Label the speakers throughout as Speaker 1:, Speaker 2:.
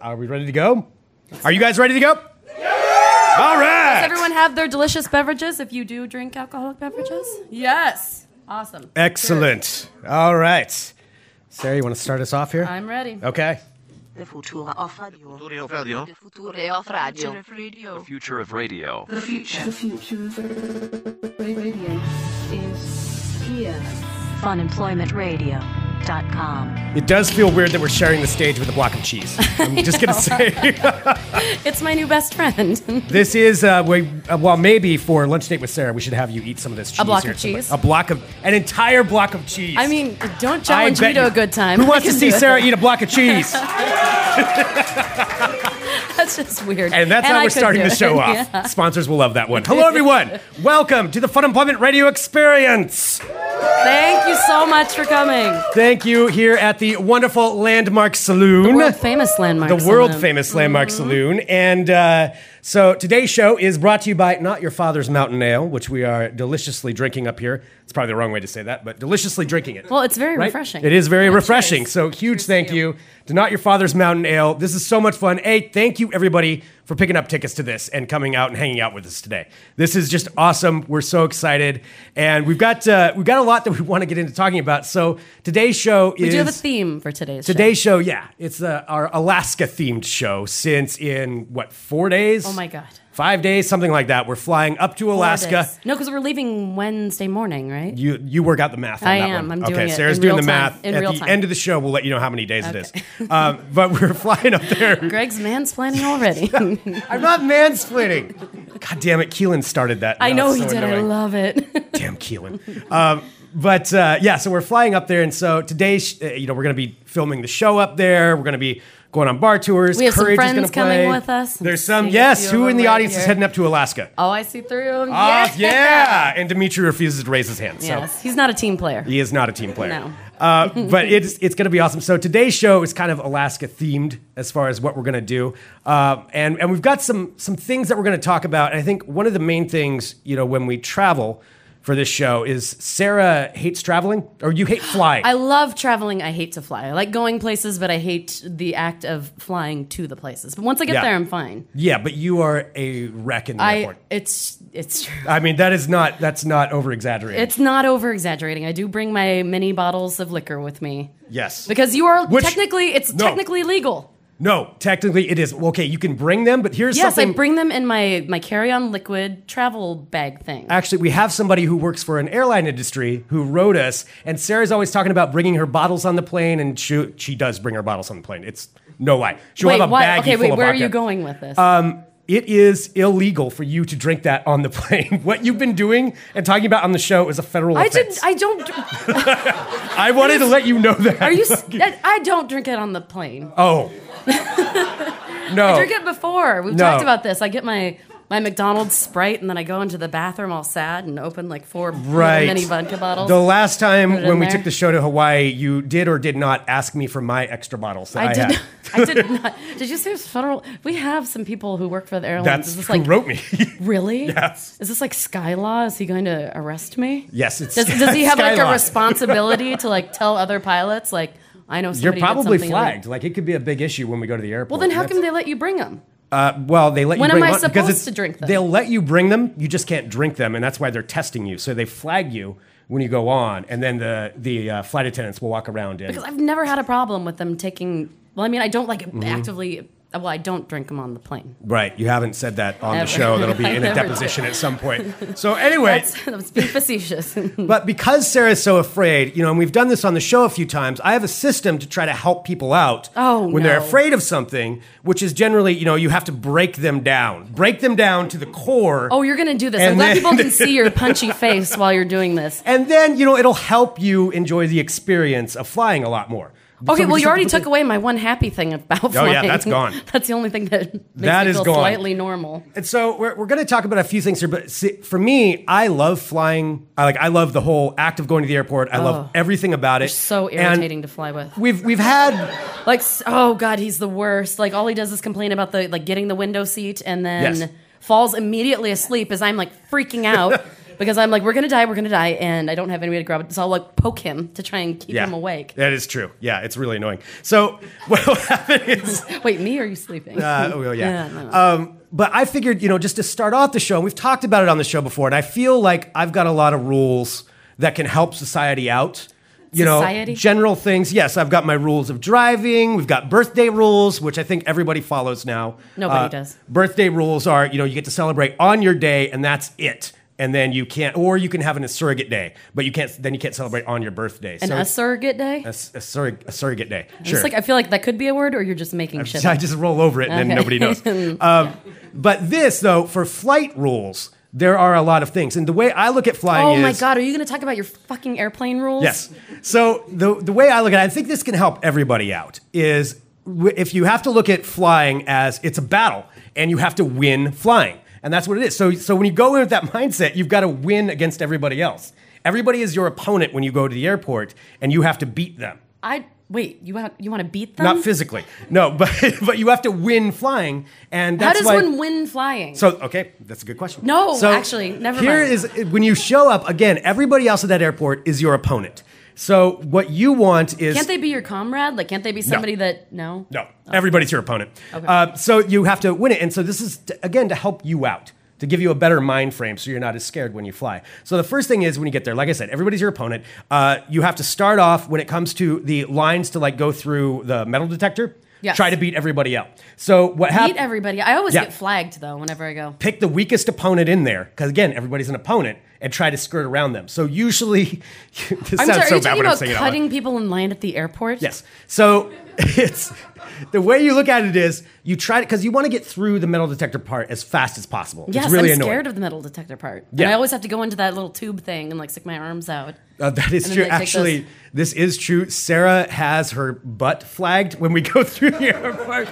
Speaker 1: Are we ready to go? Are you guys ready to go? All right.
Speaker 2: Does everyone have their delicious beverages if you do drink alcoholic beverages? Yes. Awesome.
Speaker 1: Excellent. All right. Sarah, you want to start us off here?
Speaker 2: I'm ready.
Speaker 1: Okay.
Speaker 3: The future of radio.
Speaker 4: Future of radio.
Speaker 3: Future of
Speaker 4: The future of radio.
Speaker 3: radio. The future.
Speaker 5: The future of radio is here.
Speaker 3: Funemploymentradio.com.
Speaker 1: It does feel weird that we're sharing the stage with a block of cheese. I'm just going to say.
Speaker 2: It's my new best friend.
Speaker 1: This is uh, we, uh, well, maybe for lunch date with Sarah, we should have you eat some of this cheese.
Speaker 2: block
Speaker 1: here
Speaker 2: of
Speaker 1: at some point.
Speaker 2: cheese?
Speaker 1: A block of an entire block of cheese.
Speaker 2: I mean, don't
Speaker 1: I
Speaker 2: challenge me
Speaker 1: bet
Speaker 2: to
Speaker 1: you-
Speaker 2: a good time.
Speaker 1: Who wants to
Speaker 2: I can
Speaker 1: see
Speaker 2: do it.
Speaker 1: Sarah eat a block of cheese?
Speaker 2: That's just weird.
Speaker 1: And that's how
Speaker 2: I
Speaker 1: we're
Speaker 2: could
Speaker 1: starting
Speaker 2: do
Speaker 1: the
Speaker 2: it.
Speaker 1: show off.
Speaker 2: Yeah.
Speaker 1: Sponsors will love that one. Hello, everyone. Welcome to the Fun Employment Radio Experience.
Speaker 2: Thank you so much for coming.
Speaker 1: Thank you here at the wonderful Landmark Saloon.
Speaker 2: World famous Mm-hmm. landmark.
Speaker 1: the world famous Landmark Saloon. And uh, so today's show is brought to you by Not Your Father's Mountain Ale, which we are deliciously drinking up here. It's probably the wrong way to say that, but deliciously drinking it.
Speaker 2: Well, it's very
Speaker 1: Right?
Speaker 2: refreshing.
Speaker 1: It is very refreshing.
Speaker 2: cheers.
Speaker 1: So huge thank you. to Not Your Father's Mountain Ale. This is so much fun. A, thank you everybody for picking up tickets to this and coming out and hanging out with us today. This is just awesome. We're so excited, and we've got uh, we've got a lot that we want to get into talking about. So today's show
Speaker 2: We
Speaker 1: is
Speaker 2: do have a theme for today's
Speaker 1: Today's show, yeah, it's uh, our Alaska themed show. Since in what four days?
Speaker 2: show. Oh my god.
Speaker 1: five days, something like that. We're flying up to Alaska.
Speaker 2: Four days. No, because we're leaving Wednesday morning, right?
Speaker 1: You you work out the math. On
Speaker 2: I
Speaker 1: that
Speaker 2: am.
Speaker 1: One.
Speaker 2: I'm doing
Speaker 1: okay,
Speaker 2: it
Speaker 1: Sarah's
Speaker 2: in
Speaker 1: doing
Speaker 2: real
Speaker 1: the
Speaker 2: time.
Speaker 1: math.
Speaker 2: In
Speaker 1: At
Speaker 2: real
Speaker 1: the
Speaker 2: time.
Speaker 1: end of the show, we'll let you know how many days it is. Um, but we're flying up there.
Speaker 2: Greg's mansplaining already.
Speaker 1: I'm not mansplaining. God damn it, Keelan started that.
Speaker 2: I
Speaker 1: Now
Speaker 2: know
Speaker 1: it's
Speaker 2: he
Speaker 1: so
Speaker 2: did. I
Speaker 1: annoying.
Speaker 2: love it.
Speaker 1: Damn Keelan. Um, but uh, yeah, so we're flying up there, and so today, sh- uh, you know, we're going to be filming the show up there. We're going to be going on bar tours.
Speaker 2: We have some
Speaker 1: Courage is
Speaker 2: friends
Speaker 1: gonna
Speaker 2: coming
Speaker 1: play.
Speaker 2: with us. I'm
Speaker 1: There's some.
Speaker 2: seeing a
Speaker 1: Yes,
Speaker 2: few
Speaker 1: who
Speaker 2: of
Speaker 1: in
Speaker 2: them
Speaker 1: the
Speaker 2: right
Speaker 1: audience is
Speaker 2: here.
Speaker 1: heading up to Alaska?
Speaker 2: oh, I see through him.
Speaker 1: Ah, yeah. And Dimitri refuses to raise his hand. So
Speaker 2: Yes, he's not a team player.
Speaker 1: he is not a team player.
Speaker 2: No.
Speaker 1: Uh, but it's it's going to be awesome. So today's show is kind of Alaska themed as far as what we're going to do, uh, and and we've got some some things that we're going to talk about. And I think one of the main things you know when we travel for this show is Sarah hates traveling or you hate flying.
Speaker 2: I love traveling. I hate to fly. I like going places, but I hate the act of flying to the places. But once I get
Speaker 1: Yeah.
Speaker 2: there, I'm fine.
Speaker 1: yeah, but you are a wreck in the
Speaker 2: I
Speaker 1: airport.
Speaker 2: it's it's true.
Speaker 1: I mean that is not that's not over exaggerated.
Speaker 2: It's not over exaggerating. I do bring my mini bottles of liquor with me
Speaker 1: yes,
Speaker 2: because you are
Speaker 1: Which-
Speaker 2: technically it's
Speaker 1: No.
Speaker 2: technically legal.
Speaker 1: no, technically it is okay. You can bring them, but here's
Speaker 2: Yes,
Speaker 1: something.
Speaker 2: I bring them in my my carry on liquid travel bag thing.
Speaker 1: actually we have somebody who works for an airline industry who wrote us and sarah's always talking about bringing her bottles on the plane and she, she does bring her bottles on the plane it's no lie she'll
Speaker 2: wait,
Speaker 1: have a
Speaker 2: why-
Speaker 1: baggie
Speaker 2: okay,
Speaker 1: full
Speaker 2: wait,
Speaker 1: of
Speaker 2: where
Speaker 1: vodka. Uh,
Speaker 2: are you going with this?
Speaker 1: it is illegal for you to drink that on the plane what you've been doing and talking about on the show is a federal
Speaker 2: I
Speaker 1: offense
Speaker 2: did. I don't.
Speaker 1: I wanted to let you know that
Speaker 2: Are you? s- I I don't drink it on the plane.
Speaker 1: oh no
Speaker 2: I drink it before. We've
Speaker 1: Oh. No.
Speaker 2: talked about this. I get my my McDonald's Sprite and then I go into the bathroom all sad and open like four little
Speaker 1: Right.
Speaker 2: mini vodka bottles.
Speaker 1: The last time
Speaker 2: it
Speaker 1: when
Speaker 2: in
Speaker 1: we
Speaker 2: there.
Speaker 1: took the show to Hawaii, you did or did not ask me for my extra bottles. That I,
Speaker 2: I did.
Speaker 1: had.
Speaker 2: Not, I did not. Did you say it's federal? We have some people who work for the airlines.
Speaker 1: That's
Speaker 2: Is this
Speaker 1: who
Speaker 2: like
Speaker 1: wrote me.
Speaker 2: really?
Speaker 1: Yes.
Speaker 2: Is this like sky law? Is he going to arrest me?
Speaker 1: Yes, it's
Speaker 2: Does, does he have like
Speaker 1: Skyline.
Speaker 2: a responsibility to like tell other pilots like I know
Speaker 1: You're
Speaker 2: somebody did
Speaker 1: probably
Speaker 2: something
Speaker 1: flagged.
Speaker 2: illegal?
Speaker 1: Like it could be a big issue when we go to the airport.
Speaker 2: Well, then how
Speaker 1: That's-
Speaker 2: come they let you bring them?
Speaker 1: Uh, well, they let
Speaker 2: When
Speaker 1: you.
Speaker 2: am
Speaker 1: Bring
Speaker 2: I
Speaker 1: them on- because
Speaker 2: supposed
Speaker 1: it's-
Speaker 2: to drink them?
Speaker 1: They'll let you bring them. You just can't drink them, and that's why they're testing you. So they flag you when you go on, and then the the uh, flight attendants will walk around and.
Speaker 2: Because I've never had a problem with them taking. Well, I mean, I don't like
Speaker 1: Mm-hmm.
Speaker 2: actively. Well, I don't drink them on the plane.
Speaker 1: right, you haven't said that on the
Speaker 2: Never.
Speaker 1: show. That'll be
Speaker 2: I
Speaker 1: in a
Speaker 2: never
Speaker 1: deposition at some point. So anyway,
Speaker 2: That's, that's being facetious.
Speaker 1: But because Sarah's so afraid, you know, and we've done this on the show a few times, I have a system to try to help people out
Speaker 2: Oh,
Speaker 1: when they're
Speaker 2: no.
Speaker 1: afraid of something, which is generally, you know, you have to break them down, break them down to the core.
Speaker 2: oh, you're gonna do this.
Speaker 1: And
Speaker 2: I'm glad
Speaker 1: then-
Speaker 2: people can see your punchy face while you're doing this.
Speaker 1: and then, you know, it'll help you enjoy the experience of flying a lot more.
Speaker 2: Okay,
Speaker 1: So we
Speaker 2: well,
Speaker 1: just
Speaker 2: you
Speaker 1: have
Speaker 2: already
Speaker 1: to-
Speaker 2: took away my one happy thing about
Speaker 1: Oh, yeah,
Speaker 2: flying.
Speaker 1: that's gone.
Speaker 2: That's the only thing that makes
Speaker 1: That
Speaker 2: me
Speaker 1: is
Speaker 2: feel
Speaker 1: gone.
Speaker 2: slightly normal.
Speaker 1: And so we're, we're going to talk about a few things here, but see, for me, I love flying. I like I love the whole act of going to the airport. I love
Speaker 2: Oh.
Speaker 1: everything about it.
Speaker 2: So
Speaker 1: And
Speaker 2: irritating to fly with.
Speaker 1: We've we've had
Speaker 2: Like, s- oh god, he's the worst. Like, all he does is complain about the like getting the window seat and then
Speaker 1: Yes.
Speaker 2: falls immediately asleep as I'm like freaking out. because I'm like, we're gonna die, we're gonna die, and I don't have any way to grab it. So I'll like poke him to try and keep
Speaker 1: yeah.
Speaker 2: him awake.
Speaker 1: That is true. Yeah, it's really annoying. So what will happen is
Speaker 2: Wait, me? Or are you sleeping?
Speaker 1: Uh, oh, yeah.
Speaker 2: Yeah, no.
Speaker 1: um, but I figured, you know, just to start off the show, and we've talked about it on the show before, and I feel like I've got a lot of rules that can help society out. You
Speaker 2: Society?
Speaker 1: know, general things. Yes, I've got my rules of driving. We've got birthday rules, which I think everybody follows now. Uh,
Speaker 2: Nobody does.
Speaker 1: Birthday rules are, you know, you get to celebrate on your day, and that's it. And then you can't, or you can have a surrogate day, but you can't. Then you can't celebrate on your birthday.
Speaker 2: An a surrogate day.
Speaker 1: a, s- a surrog- a surrogate day. Sure.
Speaker 2: It's like I feel like that could be a word, or you're just making shit.
Speaker 1: I
Speaker 2: up.
Speaker 1: just roll over it and then nobody
Speaker 2: Okay.
Speaker 1: knows. Um, but this, though, for flight rules, there are a lot of things. And the way I look at flying
Speaker 2: Oh
Speaker 1: is.
Speaker 2: my god, are you gonna talk about your fucking airplane rules?
Speaker 1: Yes. So the, the way I look at it, I think this can help everybody out, is w- if you have to look at flying as it's a battle and you have to win flying. And that's what it is. So, so when you go in with that mindset, you've got to win against everybody else. Everybody is your opponent when you go to the airport and you have to beat them.
Speaker 2: I wait. You want you want to beat them?
Speaker 1: Not physically. No, but, but you have to win flying. And
Speaker 2: How
Speaker 1: that's
Speaker 2: does
Speaker 1: why,
Speaker 2: one win flying?
Speaker 1: So okay, that's a good question.
Speaker 2: No,
Speaker 1: so
Speaker 2: actually, never
Speaker 1: Here
Speaker 2: mind.
Speaker 1: is when you show up again. Everybody else at that airport is your opponent. So what you want is
Speaker 2: can't they be your comrade? Like, can't they be somebody that no?
Speaker 1: no, everybody's your opponent. Uh, so you have to win it, and so this is to, again to help you out, to give you a better mind frame, so you're not as scared when you fly. So the first thing is when you get there, like I said, everybody's your opponent. Uh, you have to start off when it comes to the lines to like go through the metal detector.
Speaker 2: Yes.
Speaker 1: Try to beat everybody out. So what
Speaker 2: Beat
Speaker 1: happens?
Speaker 2: everybody. I always
Speaker 1: Yeah.
Speaker 2: get flagged though whenever I go.
Speaker 1: pick the weakest opponent in there because again everybody's an opponent and try to skirt around them so usually this
Speaker 2: I'm
Speaker 1: sounds
Speaker 2: sorry.
Speaker 1: so bad
Speaker 2: are you
Speaker 1: when
Speaker 2: talking
Speaker 1: i'm
Speaker 2: about
Speaker 1: saying it out loud.
Speaker 2: cutting people in line at the airport?
Speaker 1: yes so it's the way you look at it is you try to because you want to get through the metal detector part as fast as possible
Speaker 2: Yes,
Speaker 1: it's really
Speaker 2: I'm
Speaker 1: annoying
Speaker 2: scared of the metal detector part.
Speaker 1: Yeah.
Speaker 2: And I always have to go into that little tube thing and like stick my arms out.
Speaker 1: Uh, that is
Speaker 2: And then
Speaker 1: true.
Speaker 2: they take
Speaker 1: Actually,
Speaker 2: those-
Speaker 1: this is true. Sarah has her butt flagged when we go through the airport.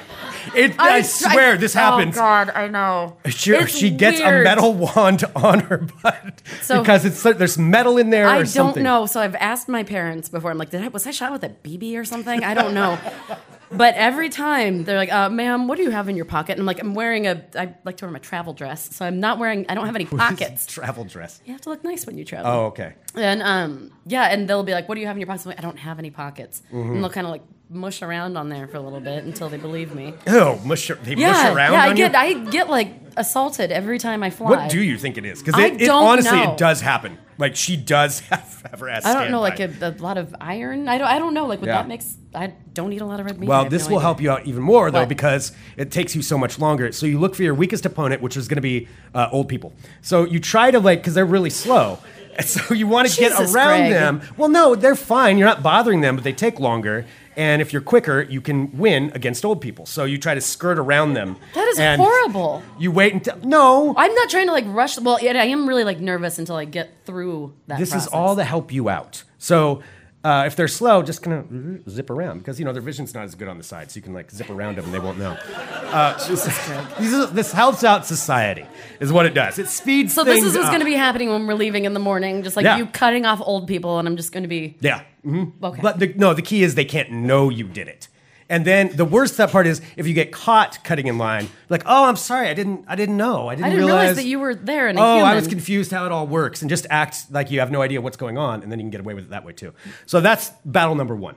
Speaker 1: It, I, swear this happens.
Speaker 2: Oh God, I know.
Speaker 1: She,
Speaker 2: It's
Speaker 1: she gets a
Speaker 2: weird.
Speaker 1: metal wand on her butt
Speaker 2: So-
Speaker 1: because it's so- there's metal in there.
Speaker 2: I
Speaker 1: or
Speaker 2: don't
Speaker 1: something.
Speaker 2: know. So I've asked my parents before. I'm like, did I was I shot with a BB or something? I don't know. but every time they're like, uh, "Ma'am, what do you have in your pocket?" And I'm like, "I'm wearing a. I like to wear my travel dress, so I'm not wearing. I don't have any pockets.
Speaker 1: Travel dress.
Speaker 2: You have to look nice when you travel."
Speaker 1: Oh, okay.
Speaker 2: And um, yeah, and they'll be like, "What do you have in your pockets?" I'm like, "I don't have any pockets,"
Speaker 1: Mm-hmm.
Speaker 2: and they'll kind of like mush around on there for a little bit until they believe me.
Speaker 1: Oh, mush, they
Speaker 2: Yeah,
Speaker 1: mush around.
Speaker 2: yeah, I
Speaker 1: on
Speaker 2: get,
Speaker 1: you?
Speaker 2: I get like assaulted every time I fly.
Speaker 1: What do you think it is? Because
Speaker 2: I
Speaker 1: it, it
Speaker 2: don't
Speaker 1: honestly,
Speaker 2: know.
Speaker 1: it does happen. Like she does have, have her ass.
Speaker 2: I don't know, like
Speaker 1: standby.
Speaker 2: a, a lot of iron. I don't. I don't know, like what
Speaker 1: Yeah.
Speaker 2: that makes. I don't eat a lot of red meat. I
Speaker 1: Well,
Speaker 2: have
Speaker 1: this
Speaker 2: no
Speaker 1: will
Speaker 2: idea.
Speaker 1: help you out even more though
Speaker 2: What?
Speaker 1: because it takes you so much longer. So you look for your weakest opponent, which is going to be uh, old people. So you try to like because they're really slow. And so you want to get around
Speaker 2: Jesus, Greg.
Speaker 1: them. Well, no, they're fine. You're not bothering them, but they take longer. And if you're quicker, you can win against old people. So you try to skirt around them.
Speaker 2: That is
Speaker 1: And
Speaker 2: horrible.
Speaker 1: You wait until no.
Speaker 2: I'm not trying to like rush. Well, yeah, I am really like nervous until I get through that.
Speaker 1: this is
Speaker 2: process.
Speaker 1: all to help you out. So uh, if they're slow, just kind of zip around because you know their vision's not as good on the side, so you can like zip around them and they won't know. Uh, this, is- this helps out society, is what it does. It speeds.
Speaker 2: So this
Speaker 1: things
Speaker 2: is what's
Speaker 1: up.
Speaker 2: going to be happening when we're leaving in the morning. Just like
Speaker 1: uh, Yeah.
Speaker 2: you cutting off old people, and I'm just going to be
Speaker 1: Yeah. Mm-hmm.
Speaker 2: Okay.
Speaker 1: But the, no, the key is they can't know you did it. And then the worst that part is if you get caught cutting in line, like, oh, I'm sorry, I didn't, I didn't know, I didn't,
Speaker 2: I didn't realize that you were there and a
Speaker 1: oh, I was
Speaker 2: human. Uh,
Speaker 1: confused how it all works, and just act like you have no idea what's going on, and then you can get away with it that way too. So that's battle number one.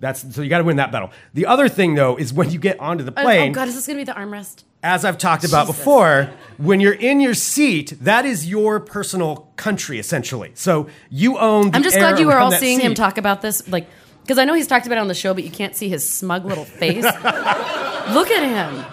Speaker 1: That's so you got to win that battle. The other thing though is when you get onto the
Speaker 2: Oh,
Speaker 1: plane,
Speaker 2: Oh god, is this going to be the armrest?
Speaker 1: as I've talked about
Speaker 2: Jesus.
Speaker 1: before, when you're in your seat, that is your personal country essentially. So you own. The
Speaker 2: I'm just
Speaker 1: air
Speaker 2: glad you were
Speaker 1: around
Speaker 2: all
Speaker 1: that
Speaker 2: seeing him
Speaker 1: seat.
Speaker 2: talk about this, like because I know he's talked about it on the show, but you can't see his smug little face. Look at him.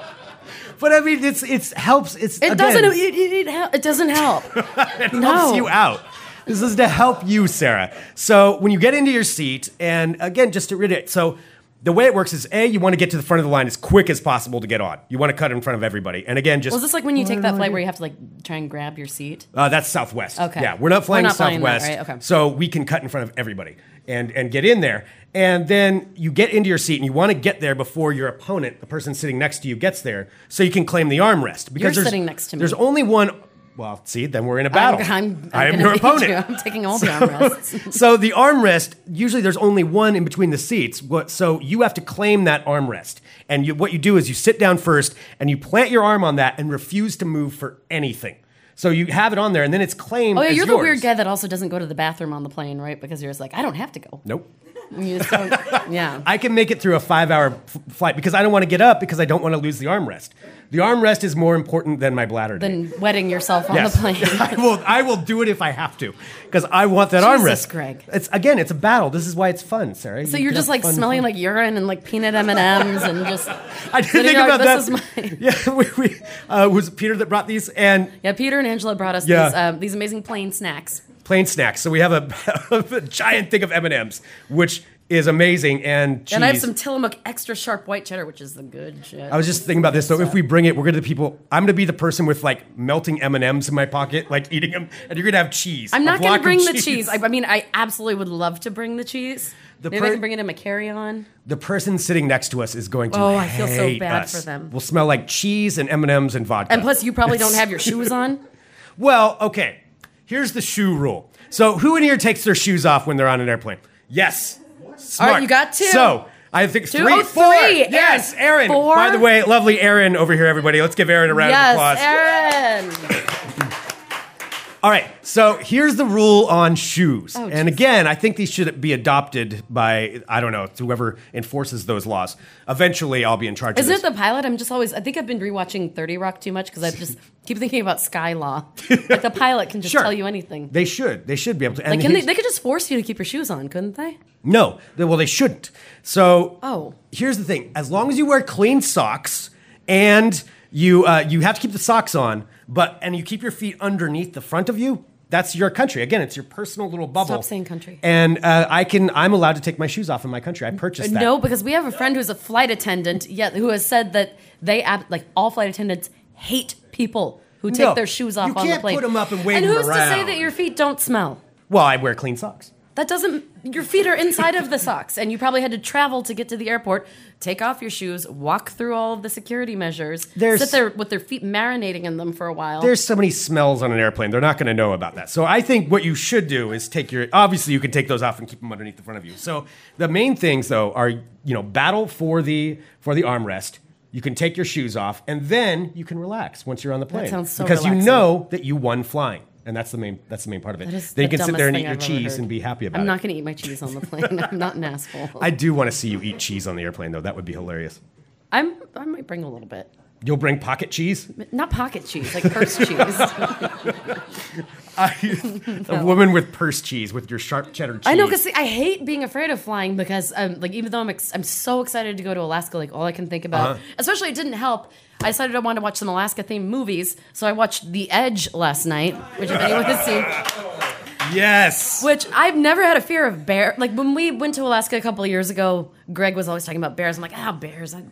Speaker 1: But I mean, it's it's helps. It's
Speaker 2: It
Speaker 1: again,
Speaker 2: doesn't. It, it, it, hel- it doesn't help.
Speaker 1: it helps
Speaker 2: No.
Speaker 1: you out. This is to help you, Sarah. So when you get into your seat, and again, just to read it, so the way it works is A, you want to get to the front of the line as quick as possible to get on. You want to cut in front of everybody. And again, just
Speaker 2: Was this like when you take that flight where you have to like try and grab your seat?
Speaker 1: uh, that's Southwest.
Speaker 2: Okay.
Speaker 1: Yeah, we're not flying
Speaker 2: We're not flying that,
Speaker 1: Southwest.
Speaker 2: right? Okay.
Speaker 1: So we can cut in front of everybody and and get in there. And then you get into your seat and you want to get there before your opponent, the person sitting next to you, gets there, so you can claim the armrest. Because
Speaker 2: You're
Speaker 1: there's-
Speaker 2: sitting next to me.
Speaker 1: There's only one. Well, see, then we're in a battle.
Speaker 2: I'm, I'm,
Speaker 1: I am
Speaker 2: gonna
Speaker 1: your
Speaker 2: beat
Speaker 1: opponent.
Speaker 2: you. I'm taking all the armrests.
Speaker 1: so the armrest usually there's only one in between the seats What- so you have to claim that armrest and you, what you do is you sit down first and you plant your arm on that and refuse to move for anything So you have it on there, and then it's claimed.
Speaker 2: Oh, yeah,
Speaker 1: as
Speaker 2: you're the
Speaker 1: yours.
Speaker 2: weird guy that also doesn't go to the bathroom on the plane, right? Because you're just like, I don't have to go.
Speaker 1: Nope.
Speaker 2: You just don't- yeah.
Speaker 1: I can make it through a five-hour f- flight because I don't want to get up because I don't want to lose the armrest. The armrest is more important than my bladder. to me.
Speaker 2: Than wetting yourself on
Speaker 1: Yes.
Speaker 2: the plane.
Speaker 1: I will. I will do it if I have to, because I want that
Speaker 2: Jesus,
Speaker 1: armrest.
Speaker 2: Greg.
Speaker 1: It's again. It's a battle. This is why it's fun, Sarah.
Speaker 2: So you're just like smelling like urine and like peanut M and M's and just.
Speaker 1: I didn't
Speaker 2: sitting
Speaker 1: think
Speaker 2: there
Speaker 1: about
Speaker 2: like,
Speaker 1: that.
Speaker 2: this is mine.
Speaker 1: Yeah, we, we uh, was it Peter that brought these and
Speaker 2: Yeah, Peter and Angela brought us
Speaker 1: Yeah.
Speaker 2: these um, these amazing plain snacks.
Speaker 1: plain snacks. So we have a, a giant thing of M and M's, which is amazing. And cheese.
Speaker 2: And I have some Tillamook extra sharp white cheddar, which is the good shit.
Speaker 1: I was just thinking about this. So if we bring it, we're gonna the people. I'm gonna be the person with like melting M and M's in my pocket, like eating them, and you're gonna have cheese.
Speaker 2: I'm
Speaker 1: a
Speaker 2: not
Speaker 1: block
Speaker 2: going to
Speaker 1: of
Speaker 2: bring the cheese. I, I mean, I absolutely would love to bring the cheese.
Speaker 1: The
Speaker 2: Maybe
Speaker 1: per-
Speaker 2: I can bring it in my carry-on.
Speaker 1: the person sitting next to us is going to.
Speaker 2: Oh, I feel so
Speaker 1: hate
Speaker 2: bad
Speaker 1: us.
Speaker 2: for them.
Speaker 1: We'll smell like cheese and M and M's and vodka.
Speaker 2: And plus, you probably don't have your shoes on.
Speaker 1: Well, okay. Here's the shoe rule. So, who in here takes their shoes off when they're on an airplane? Yes. Smart.
Speaker 2: you got two.
Speaker 1: So, I think
Speaker 2: Two?
Speaker 1: three,
Speaker 2: Oh,
Speaker 1: four.
Speaker 2: three.
Speaker 1: Yes, Aaron.
Speaker 2: Aaron, four.
Speaker 1: By the way, lovely Aaron over here, everybody. Let's give Aaron a round of applause.
Speaker 2: yes, Aaron.
Speaker 1: All right. So here's the rule on shoes.
Speaker 2: Oh,
Speaker 1: and
Speaker 2: geez.
Speaker 1: again, I think these should be adopted by I don't know it's whoever enforces those laws. Eventually, I'll be in charge.
Speaker 2: Isn't
Speaker 1: of
Speaker 2: it
Speaker 1: this.
Speaker 2: the pilot? I'm just always. I think I've been rewatching Thirty Rock too much because I just keep thinking about Sky Law. Like the pilot can just
Speaker 1: Sure.
Speaker 2: tell you anything.
Speaker 1: They should. They should be able to. And
Speaker 2: like, can they,
Speaker 1: here's-
Speaker 2: they could just force you to keep your shoes on, couldn't they?
Speaker 1: No. They- Well, they shouldn't. So
Speaker 2: Oh.
Speaker 1: here's the thing: as long as you wear clean socks and you uh, you have to keep the socks on, but and you keep your feet underneath the front of you. That's your country. Again, it's your personal little bubble.
Speaker 2: saying country.
Speaker 1: And uh, I can. I'm allowed to take my shoes off in my country. I purchased that.
Speaker 2: No, because we have a friend who's a flight attendant, yet who has said that they ab- like all flight attendants hate people who take
Speaker 1: No,
Speaker 2: their shoes off
Speaker 1: you
Speaker 2: on the
Speaker 1: can't
Speaker 2: plane.
Speaker 1: put 'em up and wave 'em
Speaker 2: who's to say
Speaker 1: around.
Speaker 2: that your feet don't smell?
Speaker 1: Well, I wear clean socks.
Speaker 2: That doesn't. Your feet are inside of the socks, and you probably had to travel to get to the airport, take off your shoes, walk through all of the security measures,
Speaker 1: There's-
Speaker 2: sit there with their feet marinating in them for a while.
Speaker 1: There's so many smells on an airplane. They're not going to know about that. So I think what you should do is take your. Obviously, you can take those off and keep them underneath the front of you. So the main things though are you know battle for the for the armrest. You can take your shoes off and then you can relax once you're on the plane.
Speaker 2: sounds so
Speaker 1: because you
Speaker 2: relaxing.
Speaker 1: know that you won flying, and that's the main that's the main part of it.
Speaker 2: That is
Speaker 1: then you
Speaker 2: the
Speaker 1: can sit
Speaker 2: dumbest
Speaker 1: there and
Speaker 2: thing
Speaker 1: eat your
Speaker 2: I've ever
Speaker 1: cheese
Speaker 2: heard.
Speaker 1: and be happy about
Speaker 2: I'm
Speaker 1: it.
Speaker 2: not going to eat my cheese on the plane. I'm not an asshole.
Speaker 1: I do want to see you eat cheese on the airplane though. That would be hilarious.
Speaker 2: I'm. I might bring a little bit.
Speaker 1: You'll bring pocket cheese.
Speaker 2: Not pocket cheese, like purse cheese.
Speaker 1: I, a woman with purse cheese with your sharp cheddar cheese.
Speaker 2: I know because I hate being afraid of flying because um, like even though I'm ex- I'm so excited to go to Alaska, like all I can think
Speaker 1: Uh-huh.
Speaker 2: about, especially it didn't help. I decided I wanted to watch some Alaska themed movies, so I watched The Edge last night, which if anyone has seen,
Speaker 1: Yes.
Speaker 2: which I've never had a fear of bear. Like when we went to Alaska a couple of years ago, Greg was always talking about bears. I'm like, ah, bears, I,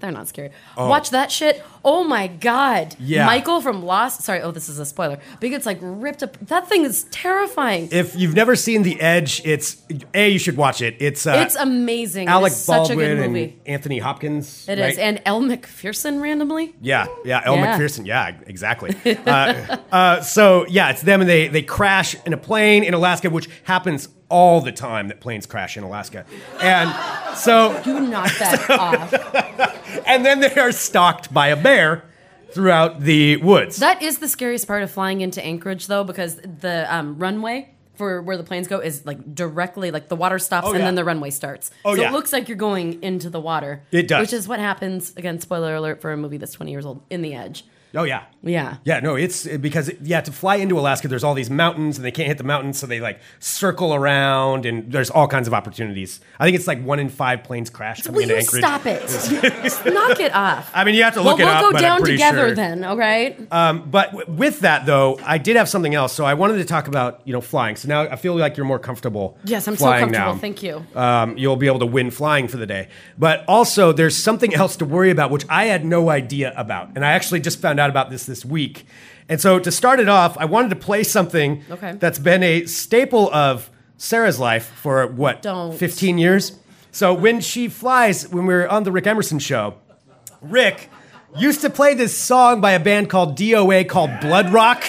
Speaker 2: they're not scary. Watch that shit. Oh my god.
Speaker 1: Yeah.
Speaker 2: Michael from Lost. Sorry. Oh, this is a spoiler. But he gets like ripped up. That thing is terrifying.
Speaker 1: if you've never seen The Edge, it's a you should watch it. It's uh,
Speaker 2: it's amazing.
Speaker 1: Alec
Speaker 2: it's such a
Speaker 1: Baldwin
Speaker 2: good
Speaker 1: and
Speaker 2: movie.
Speaker 1: Anthony Hopkins.
Speaker 2: It is, and Elle McPherson randomly.
Speaker 1: yeah, yeah, El
Speaker 2: Yeah.
Speaker 1: McPherson. Yeah, exactly. uh, uh, so yeah, it's them, and they they crash in a plane in Alaska, which happens all the time that planes crash in Alaska, and so
Speaker 2: You knock that off.
Speaker 1: and then they are stalked by a bear throughout the woods.
Speaker 2: That is the scariest part of flying into Anchorage, though, because the um, runway for where the planes go is like directly like the water stops
Speaker 1: Oh,
Speaker 2: and
Speaker 1: yeah.
Speaker 2: then the runway starts.
Speaker 1: Oh,
Speaker 2: so
Speaker 1: yeah.
Speaker 2: it looks like you're going into the water.
Speaker 1: It does.
Speaker 2: which is what happens. Again, spoiler alert for a movie that's 20 years old. In the Edge.
Speaker 1: oh yeah.
Speaker 2: Yeah.
Speaker 1: Yeah, no, it's because yeah, to fly into Alaska, there's all these mountains, and they can't hit the mountains, so they like circle around, and there's all kinds of opportunities. I think it's like one in five planes crash coming
Speaker 2: Will
Speaker 1: into
Speaker 2: you
Speaker 1: Anchorage.
Speaker 2: stop it? Just knock it off.
Speaker 1: I mean, you have to look
Speaker 2: well,
Speaker 1: it
Speaker 2: we'll
Speaker 1: up,
Speaker 2: go
Speaker 1: but I'm
Speaker 2: down
Speaker 1: pretty
Speaker 2: together
Speaker 1: sure.
Speaker 2: then. All right.
Speaker 1: Um, but w- with that though, I did have something else, so I wanted to talk about you know flying. So now I feel like you're more comfortable.
Speaker 2: Yes, I'm so
Speaker 1: flying
Speaker 2: comfortable.
Speaker 1: now.
Speaker 2: Thank you.
Speaker 1: Um, you'll be able to win flying for the day. But also, there's something else to worry about, which I had no idea about, and I actually just found out about this this week. And so to start it off, I wanted to play something
Speaker 2: Okay.
Speaker 1: that's been a staple of Sarah's life for what
Speaker 2: Don't.
Speaker 1: 15 years. So when she flies, when we were on the Rick Emerson show, Rick used to play this song by a band called DOA called Blood Rock.